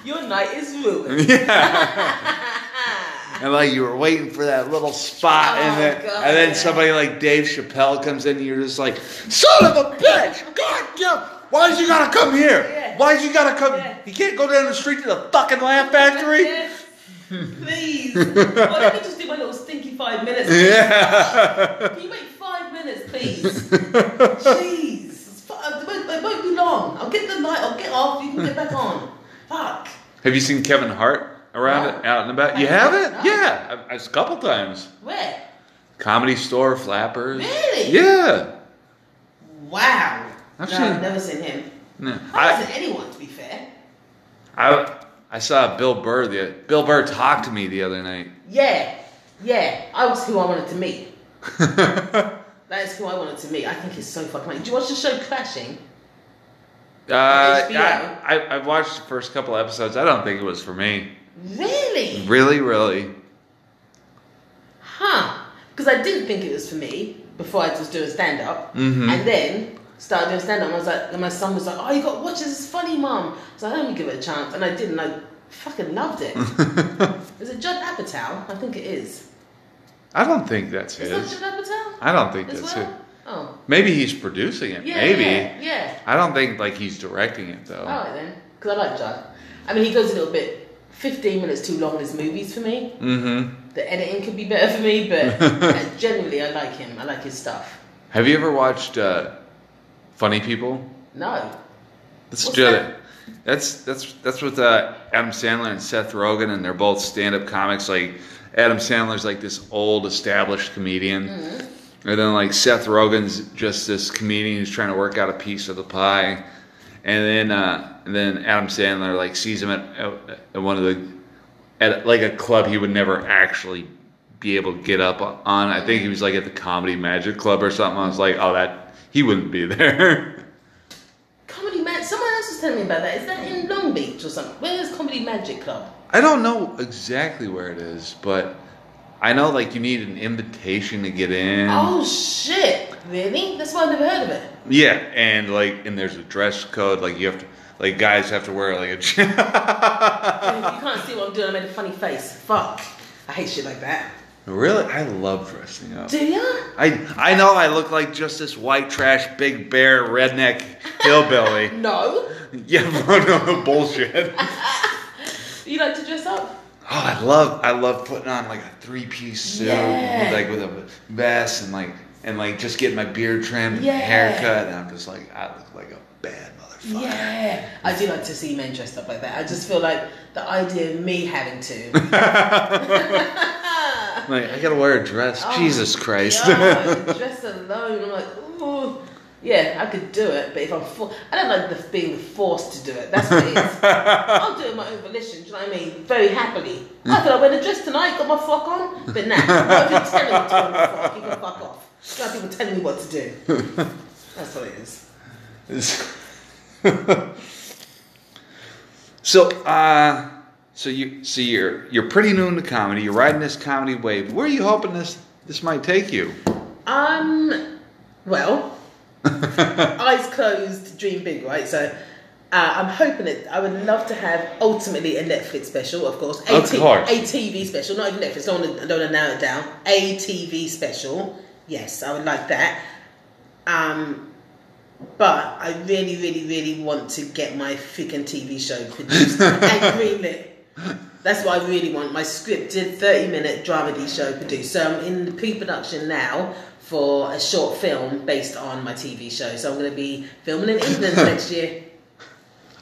Speaker 2: Your night is ruined.
Speaker 1: And like you were waiting for that little spot, and
Speaker 2: Oh,
Speaker 1: then
Speaker 2: God.
Speaker 1: and then somebody like Dave Chappelle comes in, and you're just like, son of a bitch, God damn, why'd you gotta come here?
Speaker 2: Yeah.
Speaker 1: Why'd you gotta come?
Speaker 2: Yeah.
Speaker 1: You can't go down the street to the fucking Laugh Factory.
Speaker 2: Yes. Please. well, let me just do my little stinky five minutes.
Speaker 1: Yeah,
Speaker 2: Can you wait five minutes, please? Jeez. It's fu- It won't, it won't be long. I'll get the light. I'll get off. You can get back on. Fuck.
Speaker 1: Have you seen Kevin Hart around
Speaker 2: No.
Speaker 1: it, out and about? You
Speaker 2: I
Speaker 1: have
Speaker 2: haven't,
Speaker 1: it?
Speaker 2: no.
Speaker 1: Yeah, I, I, a couple times.
Speaker 2: Where?
Speaker 1: Comedy Store, Flappers.
Speaker 2: Really?
Speaker 1: Yeah.
Speaker 2: Wow.
Speaker 1: I've
Speaker 2: no,
Speaker 1: seen-
Speaker 2: I've never seen him.
Speaker 1: No.
Speaker 2: I haven't seen anyone, to be fair.
Speaker 1: I I saw Bill Burr the Bill Burr talked to me the other night.
Speaker 2: Yeah, yeah. I was who I wanted to meet. That is who I wanted to meet. I think it's so fucking funny. Do you watch the show Clashing?
Speaker 1: Uh, I,
Speaker 2: HBO.
Speaker 1: I I watched the first couple episodes. I don't think it was for me.
Speaker 2: Really?
Speaker 1: Really, really.
Speaker 2: Huh. Because I didn't think it was for me, before I was doing stand up,
Speaker 1: Mhm.
Speaker 2: and then started doing stand up. I was like, and my son was like, "Oh, you got to watch this. It's funny, mum." So I let me give it a chance, and I did, and I fucking loved it. is it Judd Apatow? I think it is.
Speaker 1: I don't think that's
Speaker 2: Is
Speaker 1: his.
Speaker 2: that Judd Apatow
Speaker 1: I don't think
Speaker 2: as
Speaker 1: that's
Speaker 2: well?
Speaker 1: it.
Speaker 2: Oh,
Speaker 1: Maybe he's producing it.
Speaker 2: yeah,
Speaker 1: Maybe.
Speaker 2: yeah, Oh. yeah.
Speaker 1: I don't think like he's directing it though.
Speaker 2: All right then, because I like Judd. I mean, he goes a little bit. Fifteen minutes too long in his movies for me.
Speaker 1: Mm-hmm.
Speaker 2: The editing could be better for me, but uh, generally I like him. I like his stuff.
Speaker 1: Have you ever watched uh, Funny People?
Speaker 2: No,
Speaker 1: That's
Speaker 2: What's
Speaker 1: the
Speaker 2: that?
Speaker 1: other- That's that's that's with uh, Adam Sandler and Seth Rogen, and they're both stand-up comics. Like Adam Sandler's like this old established comedian, and then like Seth Rogen's just this comedian who's trying to work out a piece of the pie, and then uh, and then Adam Sandler like sees him at, at, at one of the at like a club he would never actually be able to get up on. I think he was like at the Comedy Magic Club or something. I was like, oh, that he wouldn't be there.
Speaker 2: Comedy Magic. Someone else was telling me about that. Is that in Long Beach or something? Where is Comedy Magic Club?
Speaker 1: I don't know exactly where it is, but I know like you need an invitation to get in.
Speaker 2: Oh shit! Really? That's why I never heard of it.
Speaker 1: Yeah, and like and there's a dress code. Like you have to like guys have to wear like a.
Speaker 2: you can't see what I'm doing. I made a funny face. Fuck. I hate shit like that.
Speaker 1: really, I love dressing up.
Speaker 2: Do ya?
Speaker 1: I I know I look like just this white trash, big bear, redneck hillbilly.
Speaker 2: No.
Speaker 1: yeah, bro, no bullshit.
Speaker 2: You like to dress up?
Speaker 1: Oh, I love I love putting on like a three piece suit,
Speaker 2: Yeah.
Speaker 1: like with a vest and like and like just getting my beard trimmed and
Speaker 2: Yeah.
Speaker 1: haircut, and I'm just like I look like a bad motherfucker.
Speaker 2: Yeah. I do like to see men dressed up like that. I just feel like the idea of me having to.
Speaker 1: Like I gotta wear a dress.
Speaker 2: Oh,
Speaker 1: Jesus Christ.
Speaker 2: God, dress alone. I'm like, ooh. Yeah, I could do it, but if I'm for- I don't like the being forced to do it. That's what it is. I'll do it my own volition. Do you know what I mean? Very happily. I thought I wear the dress tonight, got my fuck on, but nah. Not if you telling me to fuck, you can fuck off. Not people telling me what to do. That's what it is.
Speaker 1: so uh so you so you're you're pretty new into comedy, you're riding this comedy wave. Where are you hoping this this might take you?
Speaker 2: Um, well, eyes closed, dream big, right? So. Uh, I'm hoping it. I would love to have ultimately a Netflix special, of course. A
Speaker 1: Of
Speaker 2: T-
Speaker 1: course.
Speaker 2: a TV special, not even Netflix. Don't want to, don't want to narrow it down. A TV special. Yes, I would like that. Um, but I really, really, really want to get my freaking TV show produced and greenlit. That's what I really want. My scripted 30 minute dramedy show produced. So I'm in the pre production now for a short film based on my TV show. So I'm going to be filming in England next year.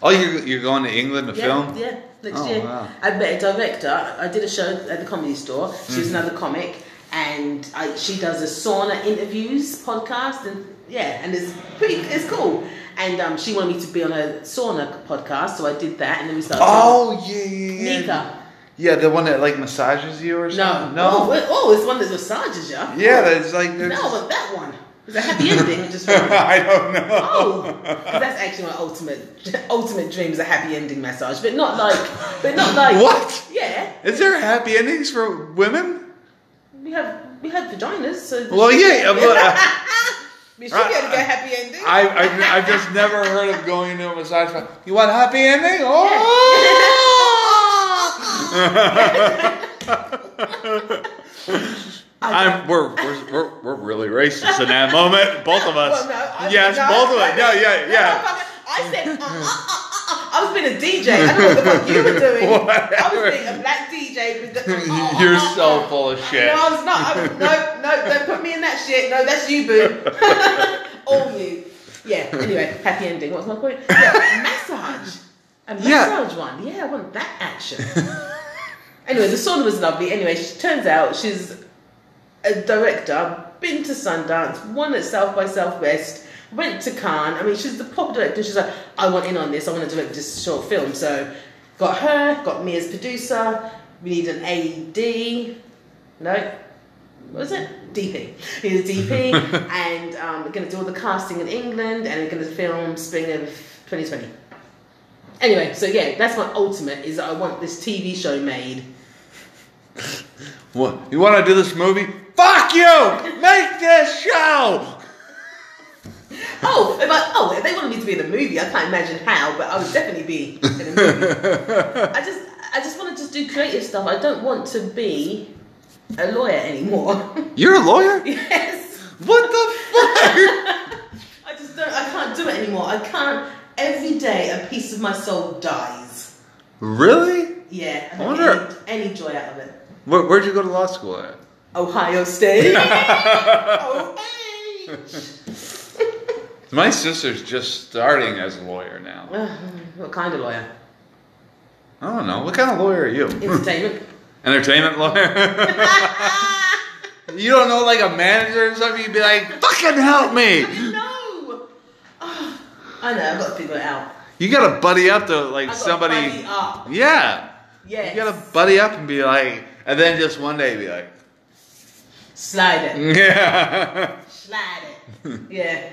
Speaker 1: Oh, you're you're going to England to
Speaker 2: Yeah,
Speaker 1: film?
Speaker 2: Yeah, next
Speaker 1: Oh,
Speaker 2: year.
Speaker 1: wow.
Speaker 2: I met a director. I did a show at the comedy store. She
Speaker 1: Mm.
Speaker 2: was another comic, and I, she does a sauna interviews podcast, and yeah, and it's pretty, it's cool. And um, she wanted me to be on a sauna podcast, so I did that, and then we started.
Speaker 1: Oh yeah, yeah, yeah.
Speaker 2: Nika.
Speaker 1: Yeah, the one that like massages you or
Speaker 2: No,
Speaker 1: something.
Speaker 2: Oh, wait, oh, it's one that massages you.
Speaker 1: Yeah, that's like.
Speaker 2: No,
Speaker 1: That's,
Speaker 2: but that one. It's a happy ending. I just remembered.
Speaker 1: I don't know.
Speaker 2: Oh, 'cause that's actually my ultimate ultimate dream is a happy ending massage, but not like, but not like
Speaker 1: What?
Speaker 2: Yeah,
Speaker 1: Is there happy endings for women?
Speaker 2: we have we have vaginas, so
Speaker 1: Well, yeah, but uh,
Speaker 2: we should be able to get a happy ending.
Speaker 1: I, I've, I've just never heard of going to a massage bar. You want a happy ending? Oh! I'm, we're, we're, we're, we're really racist in that moment, both of us.
Speaker 2: Well, no, I-
Speaker 1: yes,
Speaker 2: no,
Speaker 1: both of us.
Speaker 2: I-
Speaker 1: Yeah, yeah,
Speaker 2: no,
Speaker 1: yeah.
Speaker 2: I said, uh, uh, uh, uh, uh. I was being a DJ. I don't know what the fuck you were doing. I was being a black DJ. With the, uh, uh,
Speaker 1: You're
Speaker 2: uh,
Speaker 1: so
Speaker 2: uh.
Speaker 1: full of shit.
Speaker 2: No, I was not. I was, no, no, don't put me in that shit. No, that's you, boo. All you. Yeah. Anyway, happy ending. What's my point? Yeah, massage. A massage
Speaker 1: Yeah.
Speaker 2: one. Yeah, I want that action. anyway, the sauna was lovely. Anyway, she turns out she's a director, been to Sundance, won at South by Southwest, went to Cannes. I mean, she's the pop director. She's like, I want in on this. I want to direct this short film. So, got her, got me as producer. We need an AD. No, what was it? DP. He's a DP, and um, we're going to do all the casting in England, and we're going to film spring of 2020. Anyway, so yeah, that's my ultimate is that I want this TV show made.
Speaker 1: What you want to do this movie? Fuck you! Make this show.
Speaker 2: Oh, if I, oh, if they wanted me to be in a movie, I can't imagine how, but I would definitely be in a movie. I just, I just want to just do creative stuff. I don't want to be a lawyer anymore.
Speaker 1: You're a lawyer.
Speaker 2: yes,
Speaker 1: What the fuck?
Speaker 2: I just don't. I can't do it anymore. I can't. Every day, a piece of my soul dies.
Speaker 1: really?
Speaker 2: Yeah, I
Speaker 1: I
Speaker 2: don't
Speaker 1: wonder-
Speaker 2: get any, any joy out of it.
Speaker 1: Where, where'd you go to law school at?
Speaker 2: Ohio State. oh, hey.
Speaker 1: My sister's just starting as a lawyer now.
Speaker 2: Ugh, what kind of lawyer?
Speaker 1: I don't know. What kind of lawyer are you?
Speaker 2: Entertainment.
Speaker 1: Entertainment lawyer? you don't know, like a manager or something? You'd be like, fucking help me!
Speaker 2: no. Oh, I know. I've got to figure it out.
Speaker 1: You gotta buddy up to like
Speaker 2: I've got to
Speaker 1: somebody.
Speaker 2: buddy up.
Speaker 1: Yeah.
Speaker 2: Yes.
Speaker 1: You gotta buddy up and be like, and then just one day be like,
Speaker 2: slide it.
Speaker 1: yeah.
Speaker 2: Slide it. yeah.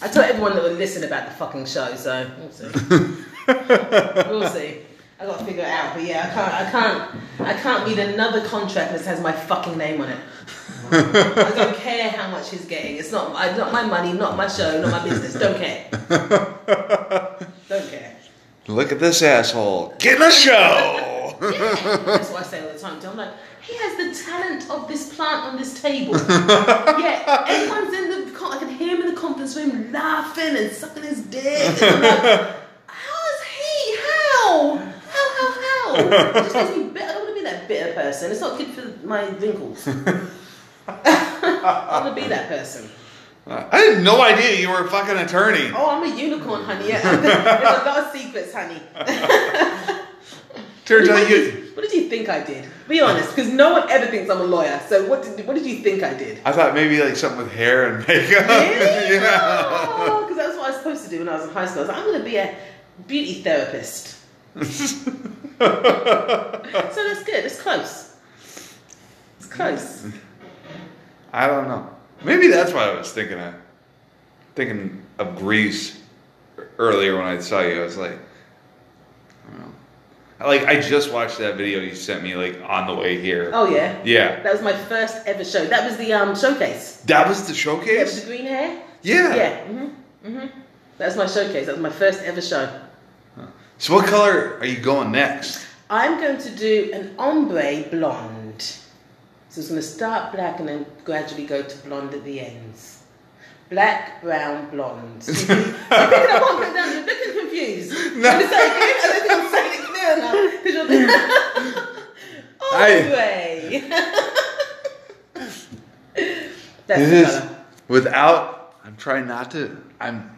Speaker 2: I told everyone that would listen about the fucking show, so we'll see. we'll see. I gotta figure it out, but yeah, I can't, I can't, I can't read another contract that has my fucking name on it. I don't care how much he's getting. It's not, I- not my money, not my show, not my business. Don't care. Don't care.
Speaker 1: Look at this asshole. Get in the show.
Speaker 2: That's what I say all the time. to him. I'm like, he has the talent of this plant on this table. yeah, everyone's in the. con- I can hear him in the conference room laughing and sucking his dick. And I'm like, how is he? How? How? How? How? It just makes me bitter. I don't want to be that bitter person. It's not good for my wrinkles. I want to be that person.
Speaker 1: I had no idea you were a fucking attorney.
Speaker 2: Oh, I'm a unicorn, honey. Yeah, there's a lot of secrets, honey.
Speaker 1: Turns
Speaker 2: What
Speaker 1: out
Speaker 2: did
Speaker 1: you.
Speaker 2: What did you think I did? Be honest, because no one ever thinks I'm a lawyer. So what did what did you think I did?
Speaker 1: I thought maybe like something with hair and makeup.
Speaker 2: Really?
Speaker 1: yeah.
Speaker 2: Because that's what I was supposed to do when I was in high school. I was like, I'm going to be a beauty therapist. So that's good. It's close. It's
Speaker 1: Mm.
Speaker 2: close.
Speaker 1: I don't know. Maybe that's what I was thinking of. Thinking of Greece earlier when I saw you. I was like, I don't know. I- Like, I just watched that video you sent me, like, on the way here.
Speaker 2: Oh yeah.
Speaker 1: Yeah.
Speaker 2: That was my first ever show. That was the um, showcase.
Speaker 1: That was the
Speaker 2: Yeah, with
Speaker 1: showcase?
Speaker 2: the green hair.
Speaker 1: Yeah.
Speaker 2: Yeah. Mm-hmm. Mm-hmm. That was my showcase. That was my first ever show.
Speaker 1: So, what color are you going next?
Speaker 2: I'm going to do an ombre blonde. So it's going to start black and then gradually go to blonde at the ends. Black, brown, blonde. You're picking up on down, you're looking confused.
Speaker 1: No.
Speaker 2: I'm saying, I don't think I'm saying it clear enough. 'cause "Oh,
Speaker 1: I-
Speaker 2: you're Ombre. That's
Speaker 1: This
Speaker 2: the
Speaker 1: is
Speaker 2: colour.
Speaker 1: without. I'm trying not to. I'm.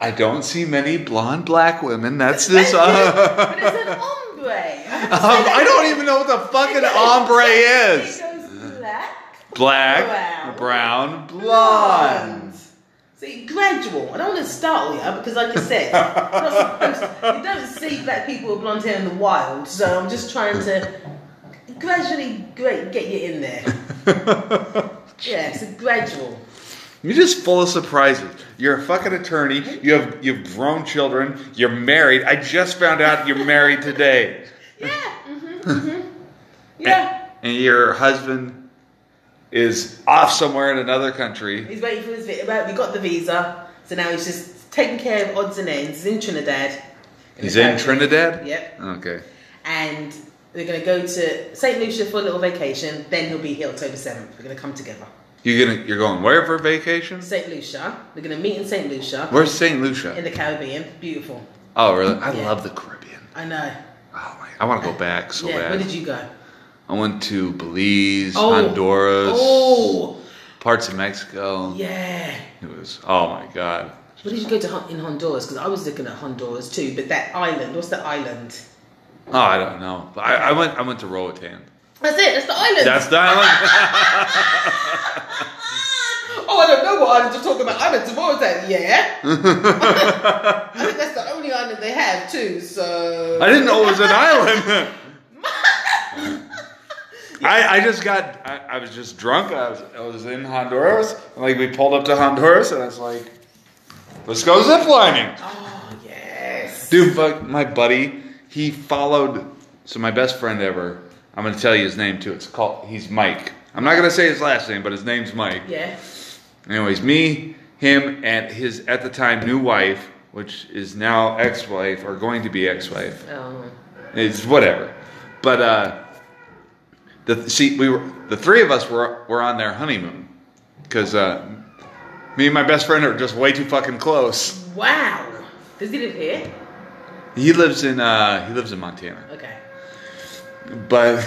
Speaker 1: I don't see many blonde black women. That's this.
Speaker 2: But it's an ombre. I have to
Speaker 1: Um,
Speaker 2: say that
Speaker 1: I don't
Speaker 2: again.
Speaker 1: even know what the fucking ombre is.
Speaker 2: It goes black.
Speaker 1: Black, brown, blonde.
Speaker 2: See, gradual. I don't want to startle you because, like I said, you're not supposed- you don't see black people with blonde hair in the wild. So I'm just trying to gradually gra- get you in there. Yeah, it's a gradual.
Speaker 1: You're just full of surprises. You're a fucking attorney. You have you've grown children. You're married. I just found out you're married today.
Speaker 2: Yeah. hmm
Speaker 1: Eh.
Speaker 2: hmm Yeah.
Speaker 1: And your husband is off somewhere in another country.
Speaker 2: He's waiting for his visa. Well, we got the visa, so now he's just taking care of odds and ends. He's in Trinidad.
Speaker 1: He's in Trinidad.
Speaker 2: Yep.
Speaker 1: Okay.
Speaker 2: and we're going to go to St. Lucia for a little vacation. Then he'll be here October 7th. We're going to come together.
Speaker 1: You're gonna you're going where for vacation?
Speaker 2: St. Lucia. We're going to meet in St. Lucia
Speaker 1: Where's Saint
Speaker 2: in
Speaker 1: Lucia?
Speaker 2: the Caribbean. Beautiful.
Speaker 1: Oh, really? I
Speaker 2: Yeah.
Speaker 1: love the Caribbean.
Speaker 2: I know.
Speaker 1: Oh my! I want to go back so
Speaker 2: yeah.
Speaker 1: bad.
Speaker 2: Where did you go?
Speaker 1: I went to Belize,
Speaker 2: Oh.
Speaker 1: Honduras,
Speaker 2: Oh,
Speaker 1: parts of Mexico.
Speaker 2: yeah.
Speaker 1: It was oh my god.
Speaker 2: Where did you go to Hon- in Honduras? Because I was looking at Honduras too, but that island. What's the island?
Speaker 1: Oh, I don't know. But I, I went. I went to Roatan.
Speaker 2: That's it. That's the island.
Speaker 1: That's the island.
Speaker 2: Oh, I don't know what island you're talking about. I'm at Tomorrowland. Yeah. I think that's the only island they have too. So
Speaker 1: I didn't know it was an island. I, I just got. I, I was just drunk. I was, I was in Honduras. And like we pulled up to Honduras, and I was like, "Let's go ziplining."
Speaker 2: Oh yes.
Speaker 1: Dude, fuck my buddy. He followed. So my best friend ever. I'm going to tell you his name too. It's called. He's Mike. I'm not going to say his last name, but his name's Mike.
Speaker 2: Yeah.
Speaker 1: Anyways, me, him, and his at the time new wife, which is now ex-wife or going to be ex-wife.
Speaker 2: Oh.
Speaker 1: It's whatever. But uh, the see we were the three of us were were on their honeymoon because uh, me and my best friend are just way too fucking close.
Speaker 2: Wow. Does he live here?
Speaker 1: He lives in uh, he lives in Montana,
Speaker 2: Okay.
Speaker 1: but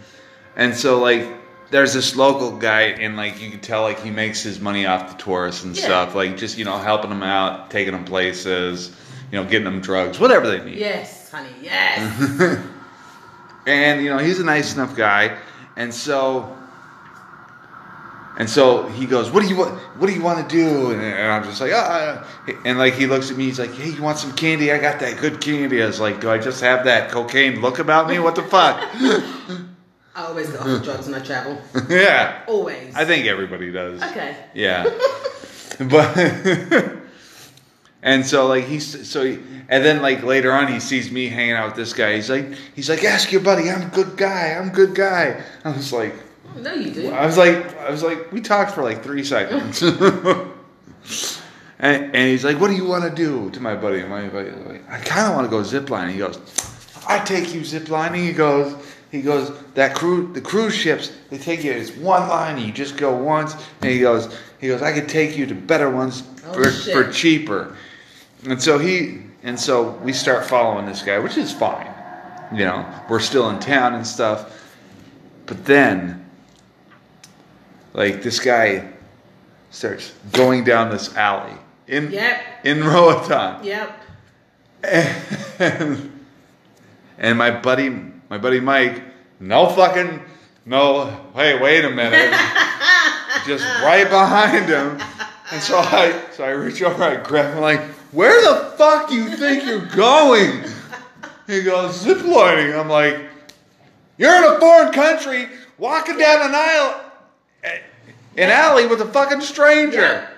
Speaker 1: and so like there's this local guy and like you can tell like he makes his money off the tourists and
Speaker 2: Yeah.
Speaker 1: stuff like just you know helping them out, taking them places, you know getting them drugs, whatever they need.
Speaker 2: Yes, honey. Yes.
Speaker 1: and you know he's a nice enough guy and so and so he goes what do you want what do you want to do and, and i'm just like ah. ah." and like he looks at me he's like hey you want some candy i got that good candy i was like do i just have that cocaine look about me what the fuck
Speaker 2: I always get off drugs when I travel.
Speaker 1: yeah
Speaker 2: Always.
Speaker 1: Hmm. i think everybody does
Speaker 2: Okay.
Speaker 1: yeah but and so like he's so he, and then like later on he sees me hanging out with this guy he's like he's like ask your buddy i'm a good guy i'm a good guy i was like
Speaker 2: No, you do.
Speaker 1: i was like i was like we talked for like three seconds and, and he's like what do you want to do to my buddy and my buddy's like i kind of want to go ziplining he goes i take you ziplining he goes he goes that cruise the cruise ships they take you it's one line and you just go once and he goes he goes i could take you to better ones
Speaker 2: Oh,
Speaker 1: for,
Speaker 2: shit.
Speaker 1: for cheaper and so he and so we start following this guy which is fine you know we're still in town and stuff but then like this guy starts going down this alley in
Speaker 2: Yep.
Speaker 1: in Roatan.
Speaker 2: Yep.
Speaker 1: And, and my buddy my buddy Mike, no fucking no hey, wait a minute. Just right behind him. And so I so I reach over, I grab him like, where the fuck you think you're going? He goes, ziplining. I'm like, you're in a foreign country walking down an aisle eh, an alley with a fucking stranger.
Speaker 2: Yeah.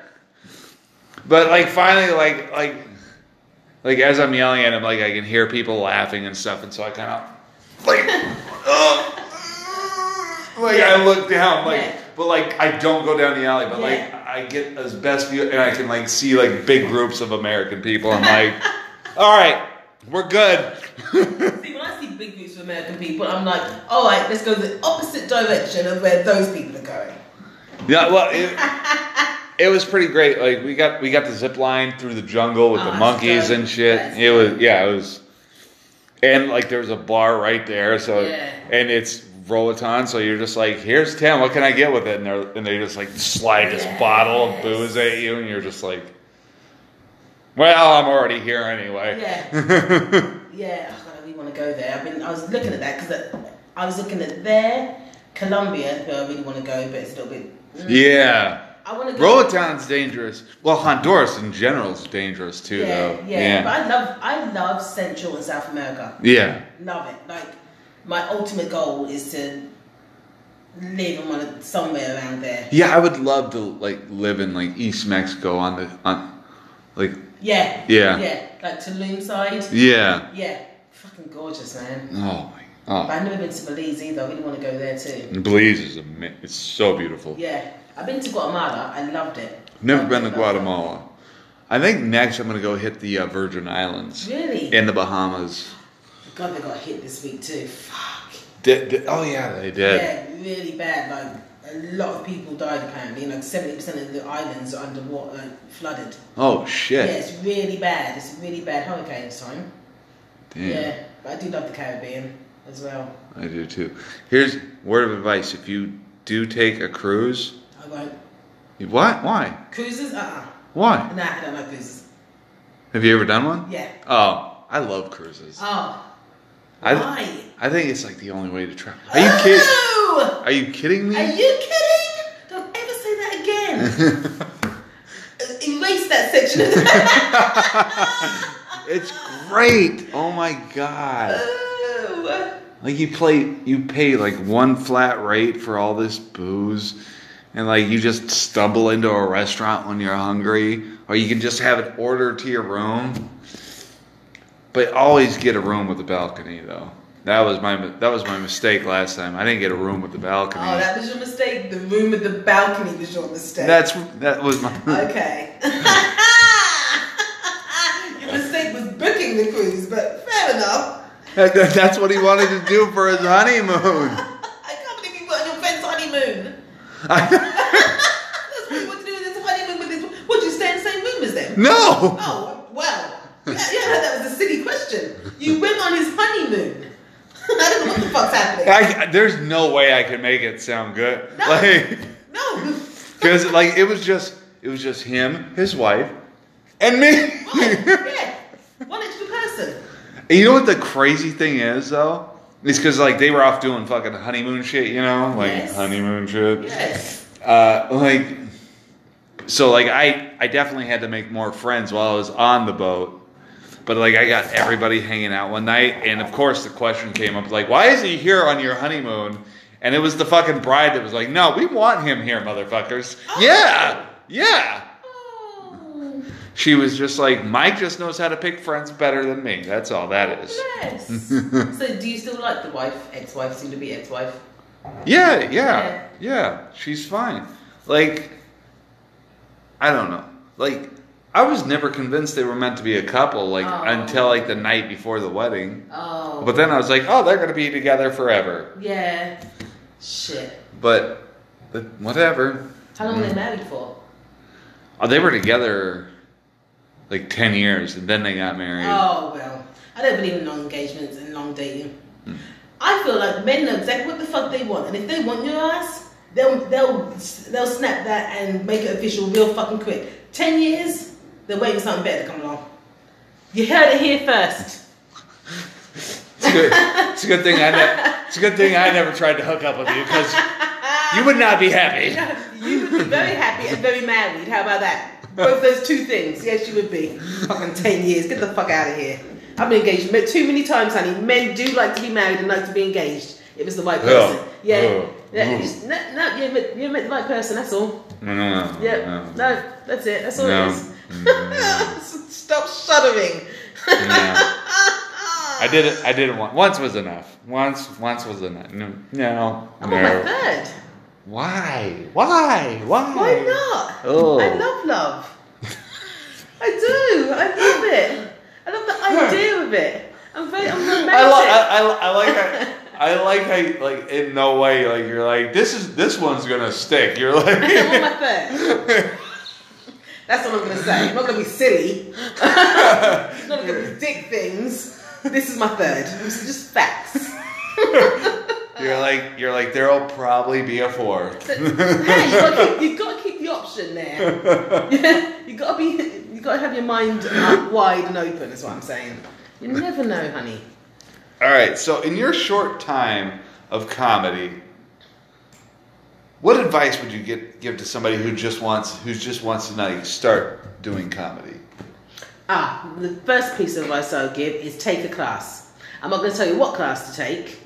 Speaker 1: But like finally, like like like as I'm yelling at him, like I can hear people laughing and stuff, and so I kind of like uh, like I look down, like
Speaker 2: Yeah.
Speaker 1: but like I don't go down the alley, but like
Speaker 2: Yeah.
Speaker 1: I get as best view, and I can like see like big groups of American people. I'm like, all right, we're good.
Speaker 2: See, when I see big groups of American people, I'm like, all right, let's go the opposite direction of where those people are going.
Speaker 1: Yeah, well, it, it was pretty great. Like we got we got the zip line through the jungle with
Speaker 2: Oh,
Speaker 1: the
Speaker 2: that's
Speaker 1: monkeys
Speaker 2: dope.
Speaker 1: and shit.
Speaker 2: That's
Speaker 1: it was yeah, it was, and like there was a bar right there. So
Speaker 2: Yeah.
Speaker 1: and it's Roatan, so you're just like, here's ten. What can I get with it? And they and they just like slide this
Speaker 2: Yes.
Speaker 1: bottle of booze at you, and you're just like, well, I'm already here anyway. Yeah.
Speaker 2: Yeah, oh God, I really want to go there. I mean, I was looking at that because I was looking at there, Colombia, where I really want to go, but it's a little bit. mm.
Speaker 1: yeah.
Speaker 2: I want to go.
Speaker 1: Roatan's dangerous. Well, Honduras in general is dangerous too,
Speaker 2: yeah,
Speaker 1: though.
Speaker 2: yeah, But I love, I love Central and South America.
Speaker 1: yeah.
Speaker 2: Love it. Like my ultimate goal is to live on one of- somewhere around there.
Speaker 1: Yeah, I would love to like live in like East Mexico on the on like
Speaker 2: Yeah.
Speaker 1: Yeah.
Speaker 2: Yeah. Like Tulum side.
Speaker 1: yeah.
Speaker 2: Yeah. Fucking gorgeous, man.
Speaker 1: Oh my
Speaker 2: But
Speaker 1: oh.
Speaker 2: I've never been to Belize either. I really want to go there too.
Speaker 1: Belize is ama- it's so beautiful.
Speaker 2: Yeah. I've been to Guatemala. I loved it.
Speaker 1: Never
Speaker 2: Loved
Speaker 1: been
Speaker 2: it,
Speaker 1: to
Speaker 2: loved it.
Speaker 1: Guatemala. I think next I'm gonna go hit the uh, Virgin Islands
Speaker 2: Really?
Speaker 1: and the Bahamas.
Speaker 2: God, they got hit this week too. Fuck.
Speaker 1: Did, did- oh yeah, they did.
Speaker 2: Yeah, really bad. Like a lot of people died apparently. Like seventy percent of the islands are underwater, like, flooded.
Speaker 1: Oh
Speaker 2: Yeah.
Speaker 1: shit.
Speaker 2: it's really bad. It's a really bad hurricane this time.
Speaker 1: Damn.
Speaker 2: Yeah, but I do love the Caribbean as well.
Speaker 1: I do too. Here's word of advice: if you do take a cruise,
Speaker 2: I won't
Speaker 1: you- what? Why?
Speaker 2: cruises. Uh. uh
Speaker 1: Why?
Speaker 2: Nah, I don't like cruises.
Speaker 1: Have you ever done one?
Speaker 2: Yeah.
Speaker 1: Oh, I love cruises.
Speaker 2: Oh.
Speaker 1: I-
Speaker 2: why?
Speaker 1: I think it's like the only way to travel. Are you kidding?
Speaker 2: No!
Speaker 1: Are you kidding me?
Speaker 2: Oh! Are you kidding? Don't ever say that again. Erase that section.
Speaker 1: it's great. Oh my god.
Speaker 2: Oh.
Speaker 1: Like you play you pay like one flat rate for all this booze and like you just stumble into a restaurant when you're hungry or you can just have it ordered to your room. But always get a room with a balcony though. That was my that was my mistake last time. I didn't get a room with the balcony.
Speaker 2: Oh, that was your mistake. The room with the balcony was your mistake.
Speaker 1: That's that was my.
Speaker 2: okay. your mistake was booking the cruise, but fair enough.
Speaker 1: That- that- That's what he wanted to do for his honeymoon.
Speaker 2: I can't believe you went on your friend's honeymoon.
Speaker 1: I-
Speaker 2: That's what you want to do with his honeymoon. With his, what did you stay in the same room as them?
Speaker 1: no.
Speaker 2: Oh, well. Yeah, yeah, that was a silly question. You went on his honeymoon. I don't know what the fuck's happening.
Speaker 1: I, there's no way I could make it sound good.
Speaker 2: No.
Speaker 1: Like
Speaker 2: no.
Speaker 1: because like it was just it was just him, his wife, and me.
Speaker 2: Oh, yeah. One extra person.
Speaker 1: And you know what the crazy thing is though? It's because like they were off doing fucking honeymoon shit, you know, like
Speaker 2: Yes.
Speaker 1: honeymoon shit.
Speaker 2: Yes.
Speaker 1: Uh, like, so like I I definitely had to make more friends while I was on the boat. But like I got everybody hanging out one night, and of course the question came up like, why is he here on your honeymoon? And it was the fucking bride that was like, no, we want him here, motherfuckers.
Speaker 2: Oh.
Speaker 1: Yeah, yeah.
Speaker 2: Oh,
Speaker 1: She was just like, Mike just knows how to pick friends better than me. That's all that is.
Speaker 2: yes. so, do you still like the wife? Ex wife, soon to be ex wife?
Speaker 1: Yeah,
Speaker 2: Yeah.
Speaker 1: yeah, yeah. She's fine. Like, I don't know. Like, I was never convinced they were meant to be a couple. Like
Speaker 2: Oh.
Speaker 1: until like the night before the wedding.
Speaker 2: Oh.
Speaker 1: But then I was like, oh, they're gonna be together forever.
Speaker 2: yeah. Shit.
Speaker 1: But, but whatever.
Speaker 2: How long were they married for?
Speaker 1: Oh, they were together like ten years, and then they got married.
Speaker 2: Oh, well. I don't believe in long engagements and long dating. I feel like men know exactly what the fuck they want, and if they want your ass, they'll they'll they'll snap that and make it official real fucking quick. Ten years, they're waiting for something better to come along. You heard it here first.
Speaker 1: It's, good. it's a good thing I. Ne- it's a good thing I never tried to hook up with you because you would not be happy.
Speaker 2: you would be very happy and very married. How about that? Both those two things. Yes, you would be. Fucking ten years. Get the fuck out of here. I've been engaged ma- too many times, honey. Men do like to be married and like to be engaged. If it's the right person.
Speaker 1: Yeah.
Speaker 2: Yeah.
Speaker 1: Yeah.
Speaker 2: Yeah, you
Speaker 1: Mm.
Speaker 2: just- no, no, you met, you met the right person. That's all.
Speaker 1: No, no, no,
Speaker 2: Yeah,
Speaker 1: no.
Speaker 2: no, that's it. That's all
Speaker 1: No. Mm,
Speaker 2: it is. Stop shuddering.
Speaker 1: No. I did it. I did it once. Once was enough. Once, once was enough. No, no.
Speaker 2: I'm on Oh my
Speaker 1: no.
Speaker 2: third.
Speaker 1: Why? Why? Why?
Speaker 2: Why not?
Speaker 1: Oh.
Speaker 2: I love love. I do. I love it. I love the idea of it. I'm very, I'm romantic.
Speaker 1: I, li- I, I, I like. How, I like how, like, in no way, like you're like this is this one's gonna stick. You're
Speaker 2: I'm on
Speaker 1: like, uh,
Speaker 2: my third. That's what I'm gonna say. I'm not gonna be silly. I'm not gonna be dick things. This is my third. This is just facts.
Speaker 1: you're like, you're like, there'll probably be a fourth.
Speaker 2: But, hey, you gotta, keep, you gotta keep the option there. you gotta be, you gotta have your mind up wide and open. Is what I'm saying. You never know, honey.
Speaker 1: All right. So, in your short time of comedy, what advice would you get, give to somebody who just wants who just wants to like start doing comedy?
Speaker 2: Ah, the first piece of advice I'll give is take a class. I'm not going to tell you what class to take.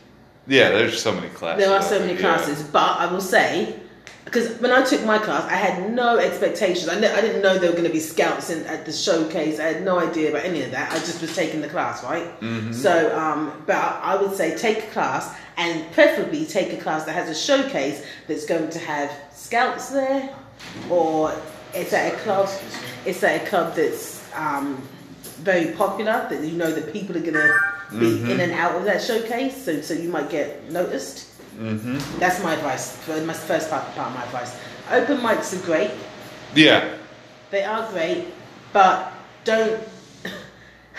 Speaker 1: Yeah, there's so many classes.
Speaker 2: There are
Speaker 1: out
Speaker 2: so many
Speaker 1: yeah.
Speaker 2: classes, but I will say, because when I took my class, I had no expectations. I, kn- I didn't know there were going to be scouts in, at the showcase. I had no idea about any of that. I just was taking the class, right?
Speaker 1: Mm-hmm.
Speaker 2: So, um, but I would say take a class and preferably take a class that has a showcase that's going to have scouts there, or it's at a club. It's at a club that's um, very popular that you know that people are going to be
Speaker 1: Mm-hmm.
Speaker 2: in and out of that showcase. So, so you might get noticed. That's my advice. for My first part, part of my advice. Open mics are great.
Speaker 1: Yeah.
Speaker 2: They are great, but don't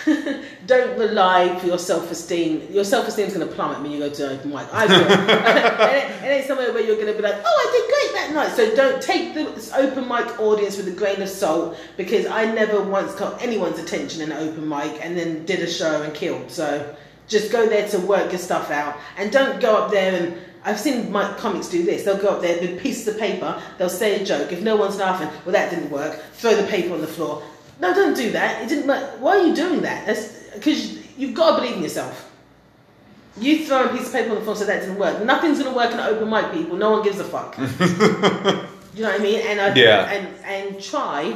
Speaker 2: don't rely for your self esteem. Your self esteem is going to plummet when you go to an open mic. I feel it, ain't- it ain't somewhere where you're going to be like, oh, I did great that night. So don't take the open mic audience with a grain of salt because I never once caught anyone's attention in an open mic and then did a show and killed. So just go there to work your stuff out and don't go up there and I've seen my comics do this. They'll go up there with pieces of paper. They'll say a joke. If no one's laughing, well, that didn't work. Throw the paper on the floor. No, don't do that. It didn't work. Why are you doing that? Because you've got to believe in yourself. You throw a piece of paper on the floor, so that didn't work. Nothing's gonna work in an open mic, people. No one gives a fuck. you know what I mean? And I,
Speaker 1: Yeah.
Speaker 2: and and try.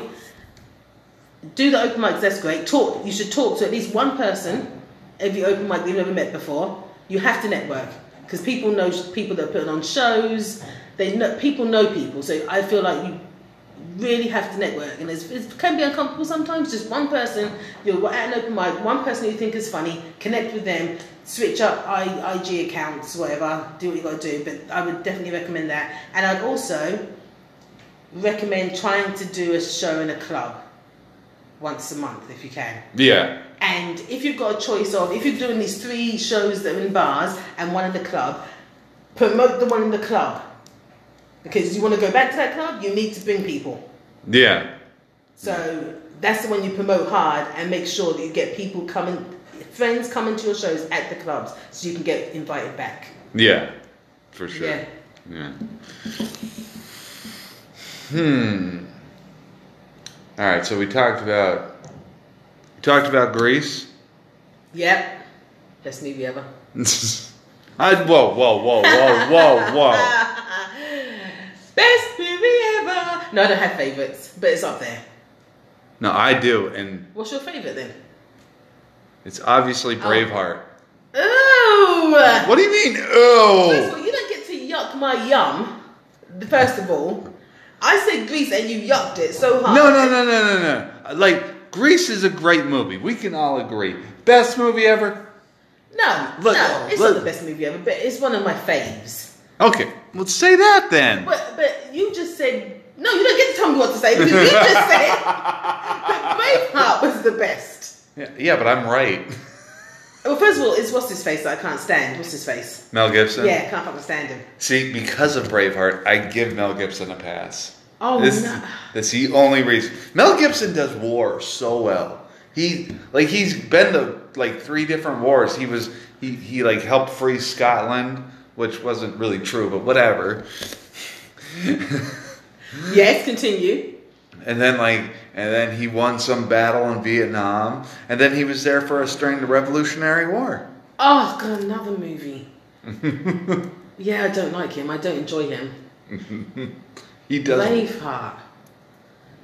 Speaker 2: Do the open mics. That's great. Talk. You should talk to at least one person every open mic you've never met before. You have to network because people know sh- people that are putting on shows. They know people know people, so I feel like you really have to network, and it's, it can be uncomfortable sometimes. Just one person you're at an open mic, one person who you think is funny, connect with them, switch up I, IG accounts, whatever, do what you got to do. But I would definitely recommend that, and I'd also recommend trying to do a show in a club once a month if you can.
Speaker 1: Yeah.
Speaker 2: And if you've got a choice of, if you're doing these three shows that are in bars and one in the club, promote the one in the club. Because you want to go back to that club, you need to bring people.
Speaker 1: Yeah.
Speaker 2: So that's the one you promote hard and make sure that you get people coming, friends coming to your shows at the clubs so you can get invited back.
Speaker 1: Yeah. For sure.
Speaker 2: Yeah.
Speaker 1: Yeah. Hmm. All right. So we talked about we talked about Greece.
Speaker 2: Yep. Best movie ever.
Speaker 1: I whoa whoa whoa whoa whoa whoa.
Speaker 2: Best movie ever. No, I don't have favourites, but it's up there.
Speaker 1: No, I do, and
Speaker 2: What's your favourite then?
Speaker 1: it's obviously Braveheart.
Speaker 2: Oh!
Speaker 1: What do you mean?
Speaker 2: First of
Speaker 1: Oh.
Speaker 2: all, you don't get to yuck my yum. First of all, I said Greece and you yucked it so hard.
Speaker 1: No no no no no no. Like Greece is a great movie. We can all agree. Best movie ever.
Speaker 2: No,
Speaker 1: Look,
Speaker 2: no, it's
Speaker 1: look.
Speaker 2: not the best movie ever, but it's one of my faves.
Speaker 1: Okay, let's say that then.
Speaker 2: But but you just said no. You don't get to tell me what to say because you just said that Braveheart was the best.
Speaker 1: Yeah, yeah, but I'm right.
Speaker 2: Well, first of all, it's what's his face that I can't stand. What's his face?
Speaker 1: Mel Gibson.
Speaker 2: Yeah, can't fucking stand him.
Speaker 1: See, because of Braveheart, I give Mel Gibson a pass.
Speaker 2: Oh,
Speaker 1: this,
Speaker 2: no.
Speaker 1: That's the only reason. Mel Gibson does war so well. He like he's been to like three different wars. He was he he like helped free Scotland, which wasn't really true, but whatever.
Speaker 2: Yes, continue.
Speaker 1: And then like and then he won some battle in Vietnam, and then he was there for us during the Revolutionary War.
Speaker 2: Oh god, another movie. yeah, I don't like him. I don't enjoy him.
Speaker 1: He does
Speaker 2: Braveheart.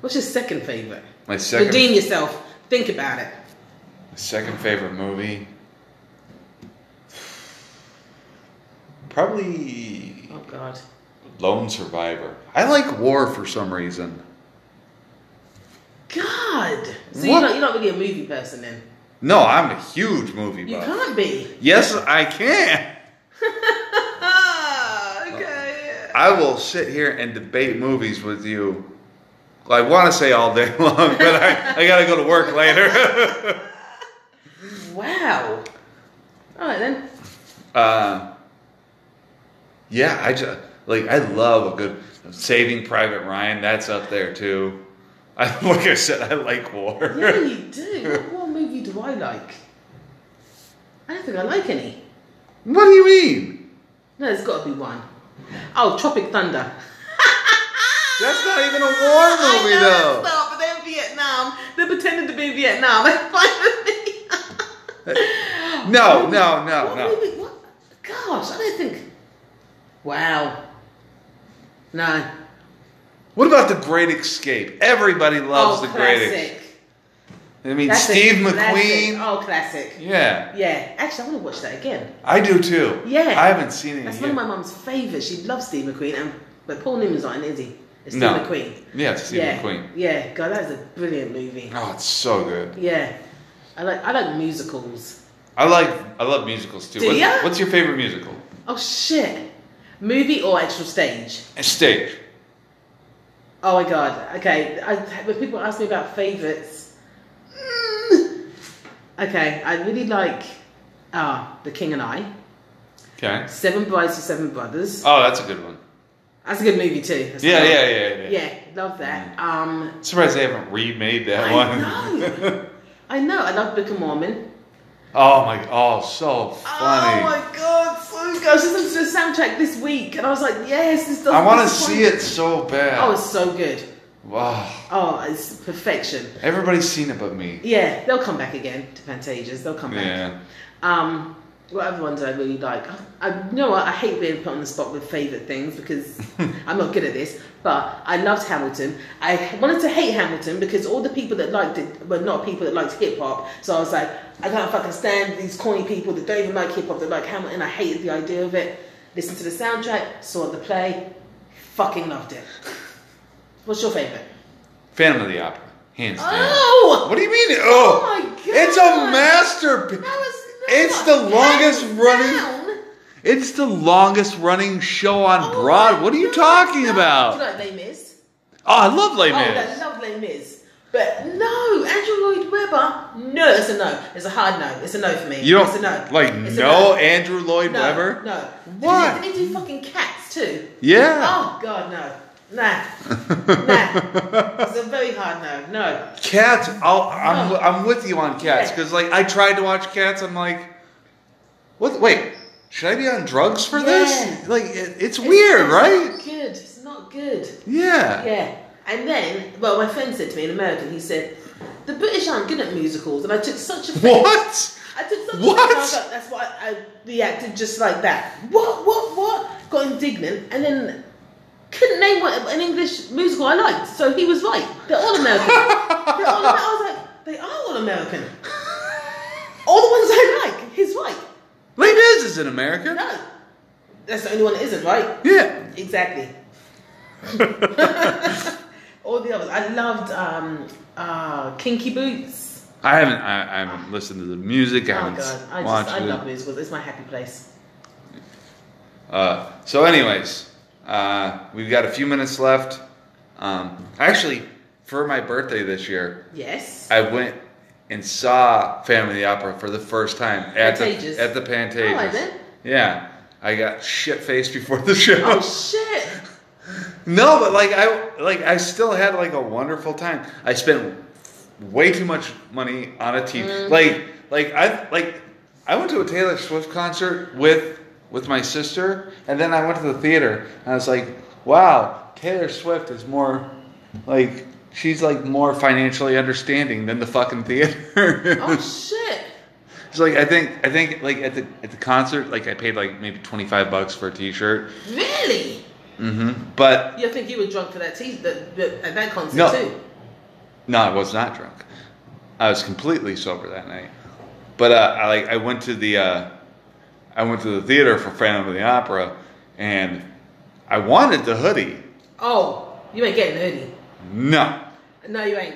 Speaker 2: What's your second favorite?
Speaker 1: my second
Speaker 2: Redeem yourself. Think about it.
Speaker 1: Second favorite movie? Probably
Speaker 2: Oh God.
Speaker 1: Lone Survivor. I like war for some reason.
Speaker 2: God. So
Speaker 1: What?
Speaker 2: you're not, you're not really a movie person then.
Speaker 1: No, I'm a huge movie
Speaker 2: You
Speaker 1: buff.
Speaker 2: can't be.
Speaker 1: Yes, I can.
Speaker 2: Ah, okay.
Speaker 1: I will sit here and debate movies with you. I want to say all day long, but I, I got to go to work later.
Speaker 2: Wow. All right then.
Speaker 1: uh, yeah, I just like I love a good Saving Private Ryan. That's up there too. I like I said, I like war.
Speaker 2: Yeah, you do. What, what movie do I like? I don't think I like any.
Speaker 1: What do you mean?
Speaker 2: No, there's got to be one. Oh, Tropic Thunder.
Speaker 1: That's not even a war movie,
Speaker 2: I know
Speaker 1: though.
Speaker 2: It's not, but they're in Vietnam. They're pretending to be in Vietnam. Finally.
Speaker 1: No, no, no,
Speaker 2: what
Speaker 1: no.
Speaker 2: movie- what? Gosh, I don't think. Wow. No.
Speaker 1: What about The Great Escape? Everybody loves
Speaker 2: oh,
Speaker 1: The Great
Speaker 2: classic.
Speaker 1: Escape. I mean,
Speaker 2: That's a
Speaker 1: Steve
Speaker 2: classic.
Speaker 1: McQueen.
Speaker 2: Oh, classic.
Speaker 1: Yeah,
Speaker 2: Yeah. Actually, I want to watch that again.
Speaker 1: I do too.
Speaker 2: Yeah.
Speaker 1: I haven't seen it
Speaker 2: That's
Speaker 1: yet.
Speaker 2: one of my mum's favourites. She loves Steve McQueen, and but Paul Newman's not in, is he? It's Steve
Speaker 1: No.
Speaker 2: McQueen.
Speaker 1: yeah, it's Steve
Speaker 2: yeah.
Speaker 1: McQueen.
Speaker 2: Yeah. God, that was a brilliant movie.
Speaker 1: Oh, it's so good.
Speaker 2: Yeah. I like I like musicals.
Speaker 1: I like I love musicals too.
Speaker 2: Do
Speaker 1: what's,
Speaker 2: ya?
Speaker 1: what's your favorite musical?
Speaker 2: Oh shit. Movie or actual stage?
Speaker 1: A stage.
Speaker 2: Oh my god. Okay. I, when people ask me about favourites, mm, okay, I really like ah The King and I,
Speaker 1: Okay.
Speaker 2: Seven Brides for Seven Brothers.
Speaker 1: Oh, that's a good one.
Speaker 2: That's a good movie too. That's
Speaker 1: Yeah,
Speaker 2: a-
Speaker 1: yeah, yeah, yeah.
Speaker 2: Yeah, love
Speaker 1: Mm.
Speaker 2: that. Um,
Speaker 1: Surprised they haven't remade that
Speaker 2: I
Speaker 1: one.
Speaker 2: know. I know. I love Book of Mormon.
Speaker 1: oh my! Oh, so funny.
Speaker 2: Oh my god, so good. I was just listening to the soundtrack this week, and I was like, yes, this doesn't.
Speaker 1: I want to
Speaker 2: disappoint.
Speaker 1: see it so bad.
Speaker 2: Oh, it's so good.
Speaker 1: wow.
Speaker 2: Oh, it's perfection.
Speaker 1: Everybody's seen it but me.
Speaker 2: Yeah, they'll come back again to Pantages. They'll come back.
Speaker 1: Yeah.
Speaker 2: Um, Whatever ones I really like. I, I you know what I hate being put on the spot with favourite things because I'm not good at this. But I loved Hamilton. I wanted to hate Hamilton because all the people that liked it were not people that liked hip hop. So I was like, I can't fucking stand these corny people that don't even like hip hop. They like Hamilton. I hated the idea of it. Listened to the soundtrack, saw the play, fucking loved it. What's your favourite?
Speaker 1: Phantom of the Opera, hands down.
Speaker 2: Oh,
Speaker 1: What do you mean? Oh,
Speaker 2: Oh my God.
Speaker 1: It's a masterpiece.
Speaker 2: That was-
Speaker 1: It's the longest
Speaker 2: hands
Speaker 1: running-
Speaker 2: down.
Speaker 1: It's the longest running show on Broad.
Speaker 2: Oh my
Speaker 1: What are you
Speaker 2: God,
Speaker 1: talking
Speaker 2: no. Do you
Speaker 1: about?
Speaker 2: know what Les Mis?
Speaker 1: Oh, I love Les
Speaker 2: Oh, they
Speaker 1: Mis.
Speaker 2: love Les Mis. But no, Andrew Lloyd Webber. No, it's a no. It's a hard no. It's a no for me.
Speaker 1: You
Speaker 2: it's a
Speaker 1: don't
Speaker 2: no.
Speaker 1: like
Speaker 2: It's a
Speaker 1: no Andrew Lloyd
Speaker 2: no,
Speaker 1: Webber.
Speaker 2: No.
Speaker 1: What?
Speaker 2: They, they do fucking cats too.
Speaker 1: Yeah.
Speaker 2: Oh God, no. Nah. nah. It's a very hard no. No.
Speaker 1: Cats. I'll, I'm
Speaker 2: No.
Speaker 1: I'm with you on Cats
Speaker 2: Yeah.
Speaker 1: because like I tried to watch Cats. I'm like, what? Wait, should I be on drugs for this?
Speaker 2: Yeah.
Speaker 1: Like it, it's weird,
Speaker 2: it's
Speaker 1: right?
Speaker 2: Not good. It's not good.
Speaker 1: Yeah.
Speaker 2: Yeah. And then, well, my friend said to me, an American, he said, the British aren't good at musicals, and I took such offense.
Speaker 1: What?
Speaker 2: I took something
Speaker 1: What?
Speaker 2: what? that's why I reacted just like that. What, what, what? Got indignant and then couldn't name what an English musical I liked. So he was right. They're all American. They're all Amer- I was like, they are all American. All the ones I like, he's right.
Speaker 1: Les Mis is an American.
Speaker 2: No. That's the only one that isn't, right?
Speaker 1: Yeah.
Speaker 2: Exactly. all the others. I loved um, uh, Kinky Boots.
Speaker 1: I haven't. I, I haven't listened to the music. I
Speaker 2: Oh
Speaker 1: haven't
Speaker 2: god, I
Speaker 1: watched
Speaker 2: just I
Speaker 1: it.
Speaker 2: love musicals. It's my happy place.
Speaker 1: Uh, so, anyways, uh, we've got a few minutes left. Um, actually, for my birthday this year,
Speaker 2: Yes.
Speaker 1: I went and saw Family of the Opera for the first time at
Speaker 2: Pantages.
Speaker 1: the at the Pantages.
Speaker 2: Oh, I did?
Speaker 1: Yeah, I got shit faced before the show.
Speaker 2: Oh shit!
Speaker 1: No, but like I like I still had like a wonderful time. I spent way too much money on a TV. Like like I like I went to a Taylor Swift concert with with my sister, and then I went to the theater, and I was like, wow, Taylor Swift is more like she's like more financially understanding than the fucking theater.
Speaker 2: Oh shit!
Speaker 1: so like I think I think like at the at the concert, like I paid like maybe twenty five bucks for a T-shirt.
Speaker 2: Really?
Speaker 1: hmm But
Speaker 2: You think you were drunk for that tea that, that, at that concert
Speaker 1: No.
Speaker 2: too?
Speaker 1: No, I was not drunk. I was completely sober that night. But uh, I like I went to the uh, I went to the theater for Phantom of the Opera, and I wanted the hoodie.
Speaker 2: Oh, you ain't getting early.
Speaker 1: No,
Speaker 2: No, you ain't.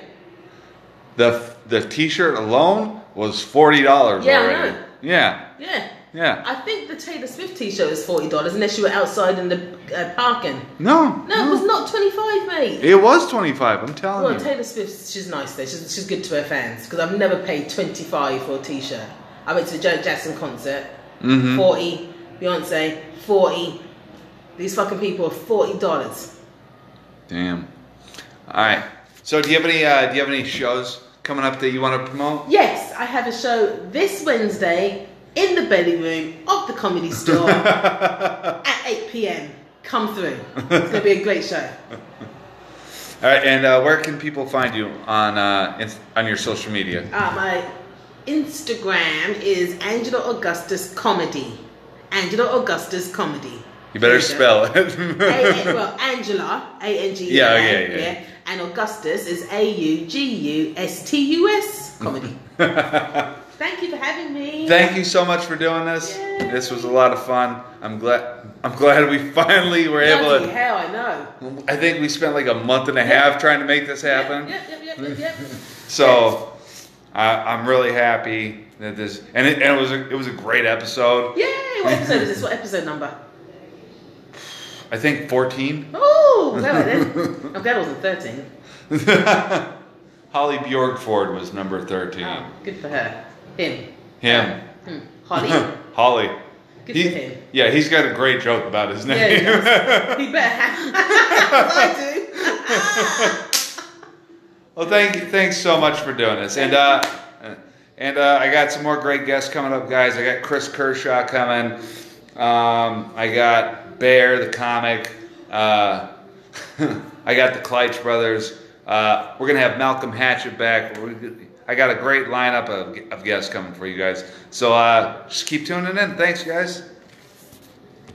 Speaker 1: the the T-shirt alone was forty dollars
Speaker 2: Yeah, I
Speaker 1: already.
Speaker 2: know.
Speaker 1: Yeah,
Speaker 2: Yeah.
Speaker 1: yeah.
Speaker 2: I think the Taylor Swift T-shirt is forty dollars unless you were outside in the uh, parking.
Speaker 1: No,
Speaker 2: No, it was not twenty-five, mate.
Speaker 1: It was twenty five. I'm telling
Speaker 2: Well,
Speaker 1: you.
Speaker 2: Taylor Swift, she's nice though. She's, she's good to her fans because I've never paid twenty-five for a T-shirt. I went to the Janet Jackson concert,
Speaker 1: Mhm.
Speaker 2: forty. Beyonce, forty. These fucking people are forty dollars.
Speaker 1: Damn. All right. So do you have any uh, do you have any shows coming up that you want to promote?
Speaker 2: Yes, I have a show this Wednesday in the belly room of the comedy store at 8 p.m. Come through. It's going to be a great show.
Speaker 1: All right, and uh, where can people find you on uh, in, on your social media?
Speaker 2: Uh, my Instagram is Angela Augustus Comedy. Angela Augustus Comedy.
Speaker 1: You better
Speaker 2: There go.
Speaker 1: spell it.
Speaker 2: A- A- well, Angela, A N G E
Speaker 1: Yeah,
Speaker 2: L A,
Speaker 1: yeah, yeah.
Speaker 2: and Augustus is A U G U S T U S comedy. Thank you for having me.
Speaker 1: Thank you so much for doing this.
Speaker 2: Yay.
Speaker 1: This was a lot of fun. I'm glad. I'm glad we finally were able
Speaker 2: Bloody
Speaker 1: to.
Speaker 2: hell, I know.
Speaker 1: I think we spent like a month and a half trying to make this happen.
Speaker 2: Yep, yep, yep, yep, yep.
Speaker 1: So I, I'm really happy that this and it, and it was a, it was a great episode.
Speaker 2: Yay! What episode is this? What episode number?
Speaker 1: I think 14.
Speaker 2: Oh, well then. I'm glad it wasn't 13.
Speaker 1: Holly Bjorkford was number 13.
Speaker 2: Oh, good for her. Him.
Speaker 1: Him.
Speaker 2: Hmm. Holly.
Speaker 1: Holly.
Speaker 2: Good
Speaker 1: He-
Speaker 2: for him.
Speaker 1: Yeah, he's got a great joke about his name.
Speaker 2: Yeah, he does. He better have. I do.
Speaker 1: Well, thank you. Thanks so much for doing this. And uh, and uh, I got some more great guests coming up, guys. I got Chris Kershaw coming. Um, I got Bear the comic. Uh, I got the Kleitch brothers. Uh, we're gonna have Malcolm Hatchett back. We're gonna- I got a great lineup of, of guests coming for you guys. So uh, just keep tuning in. Thanks, guys.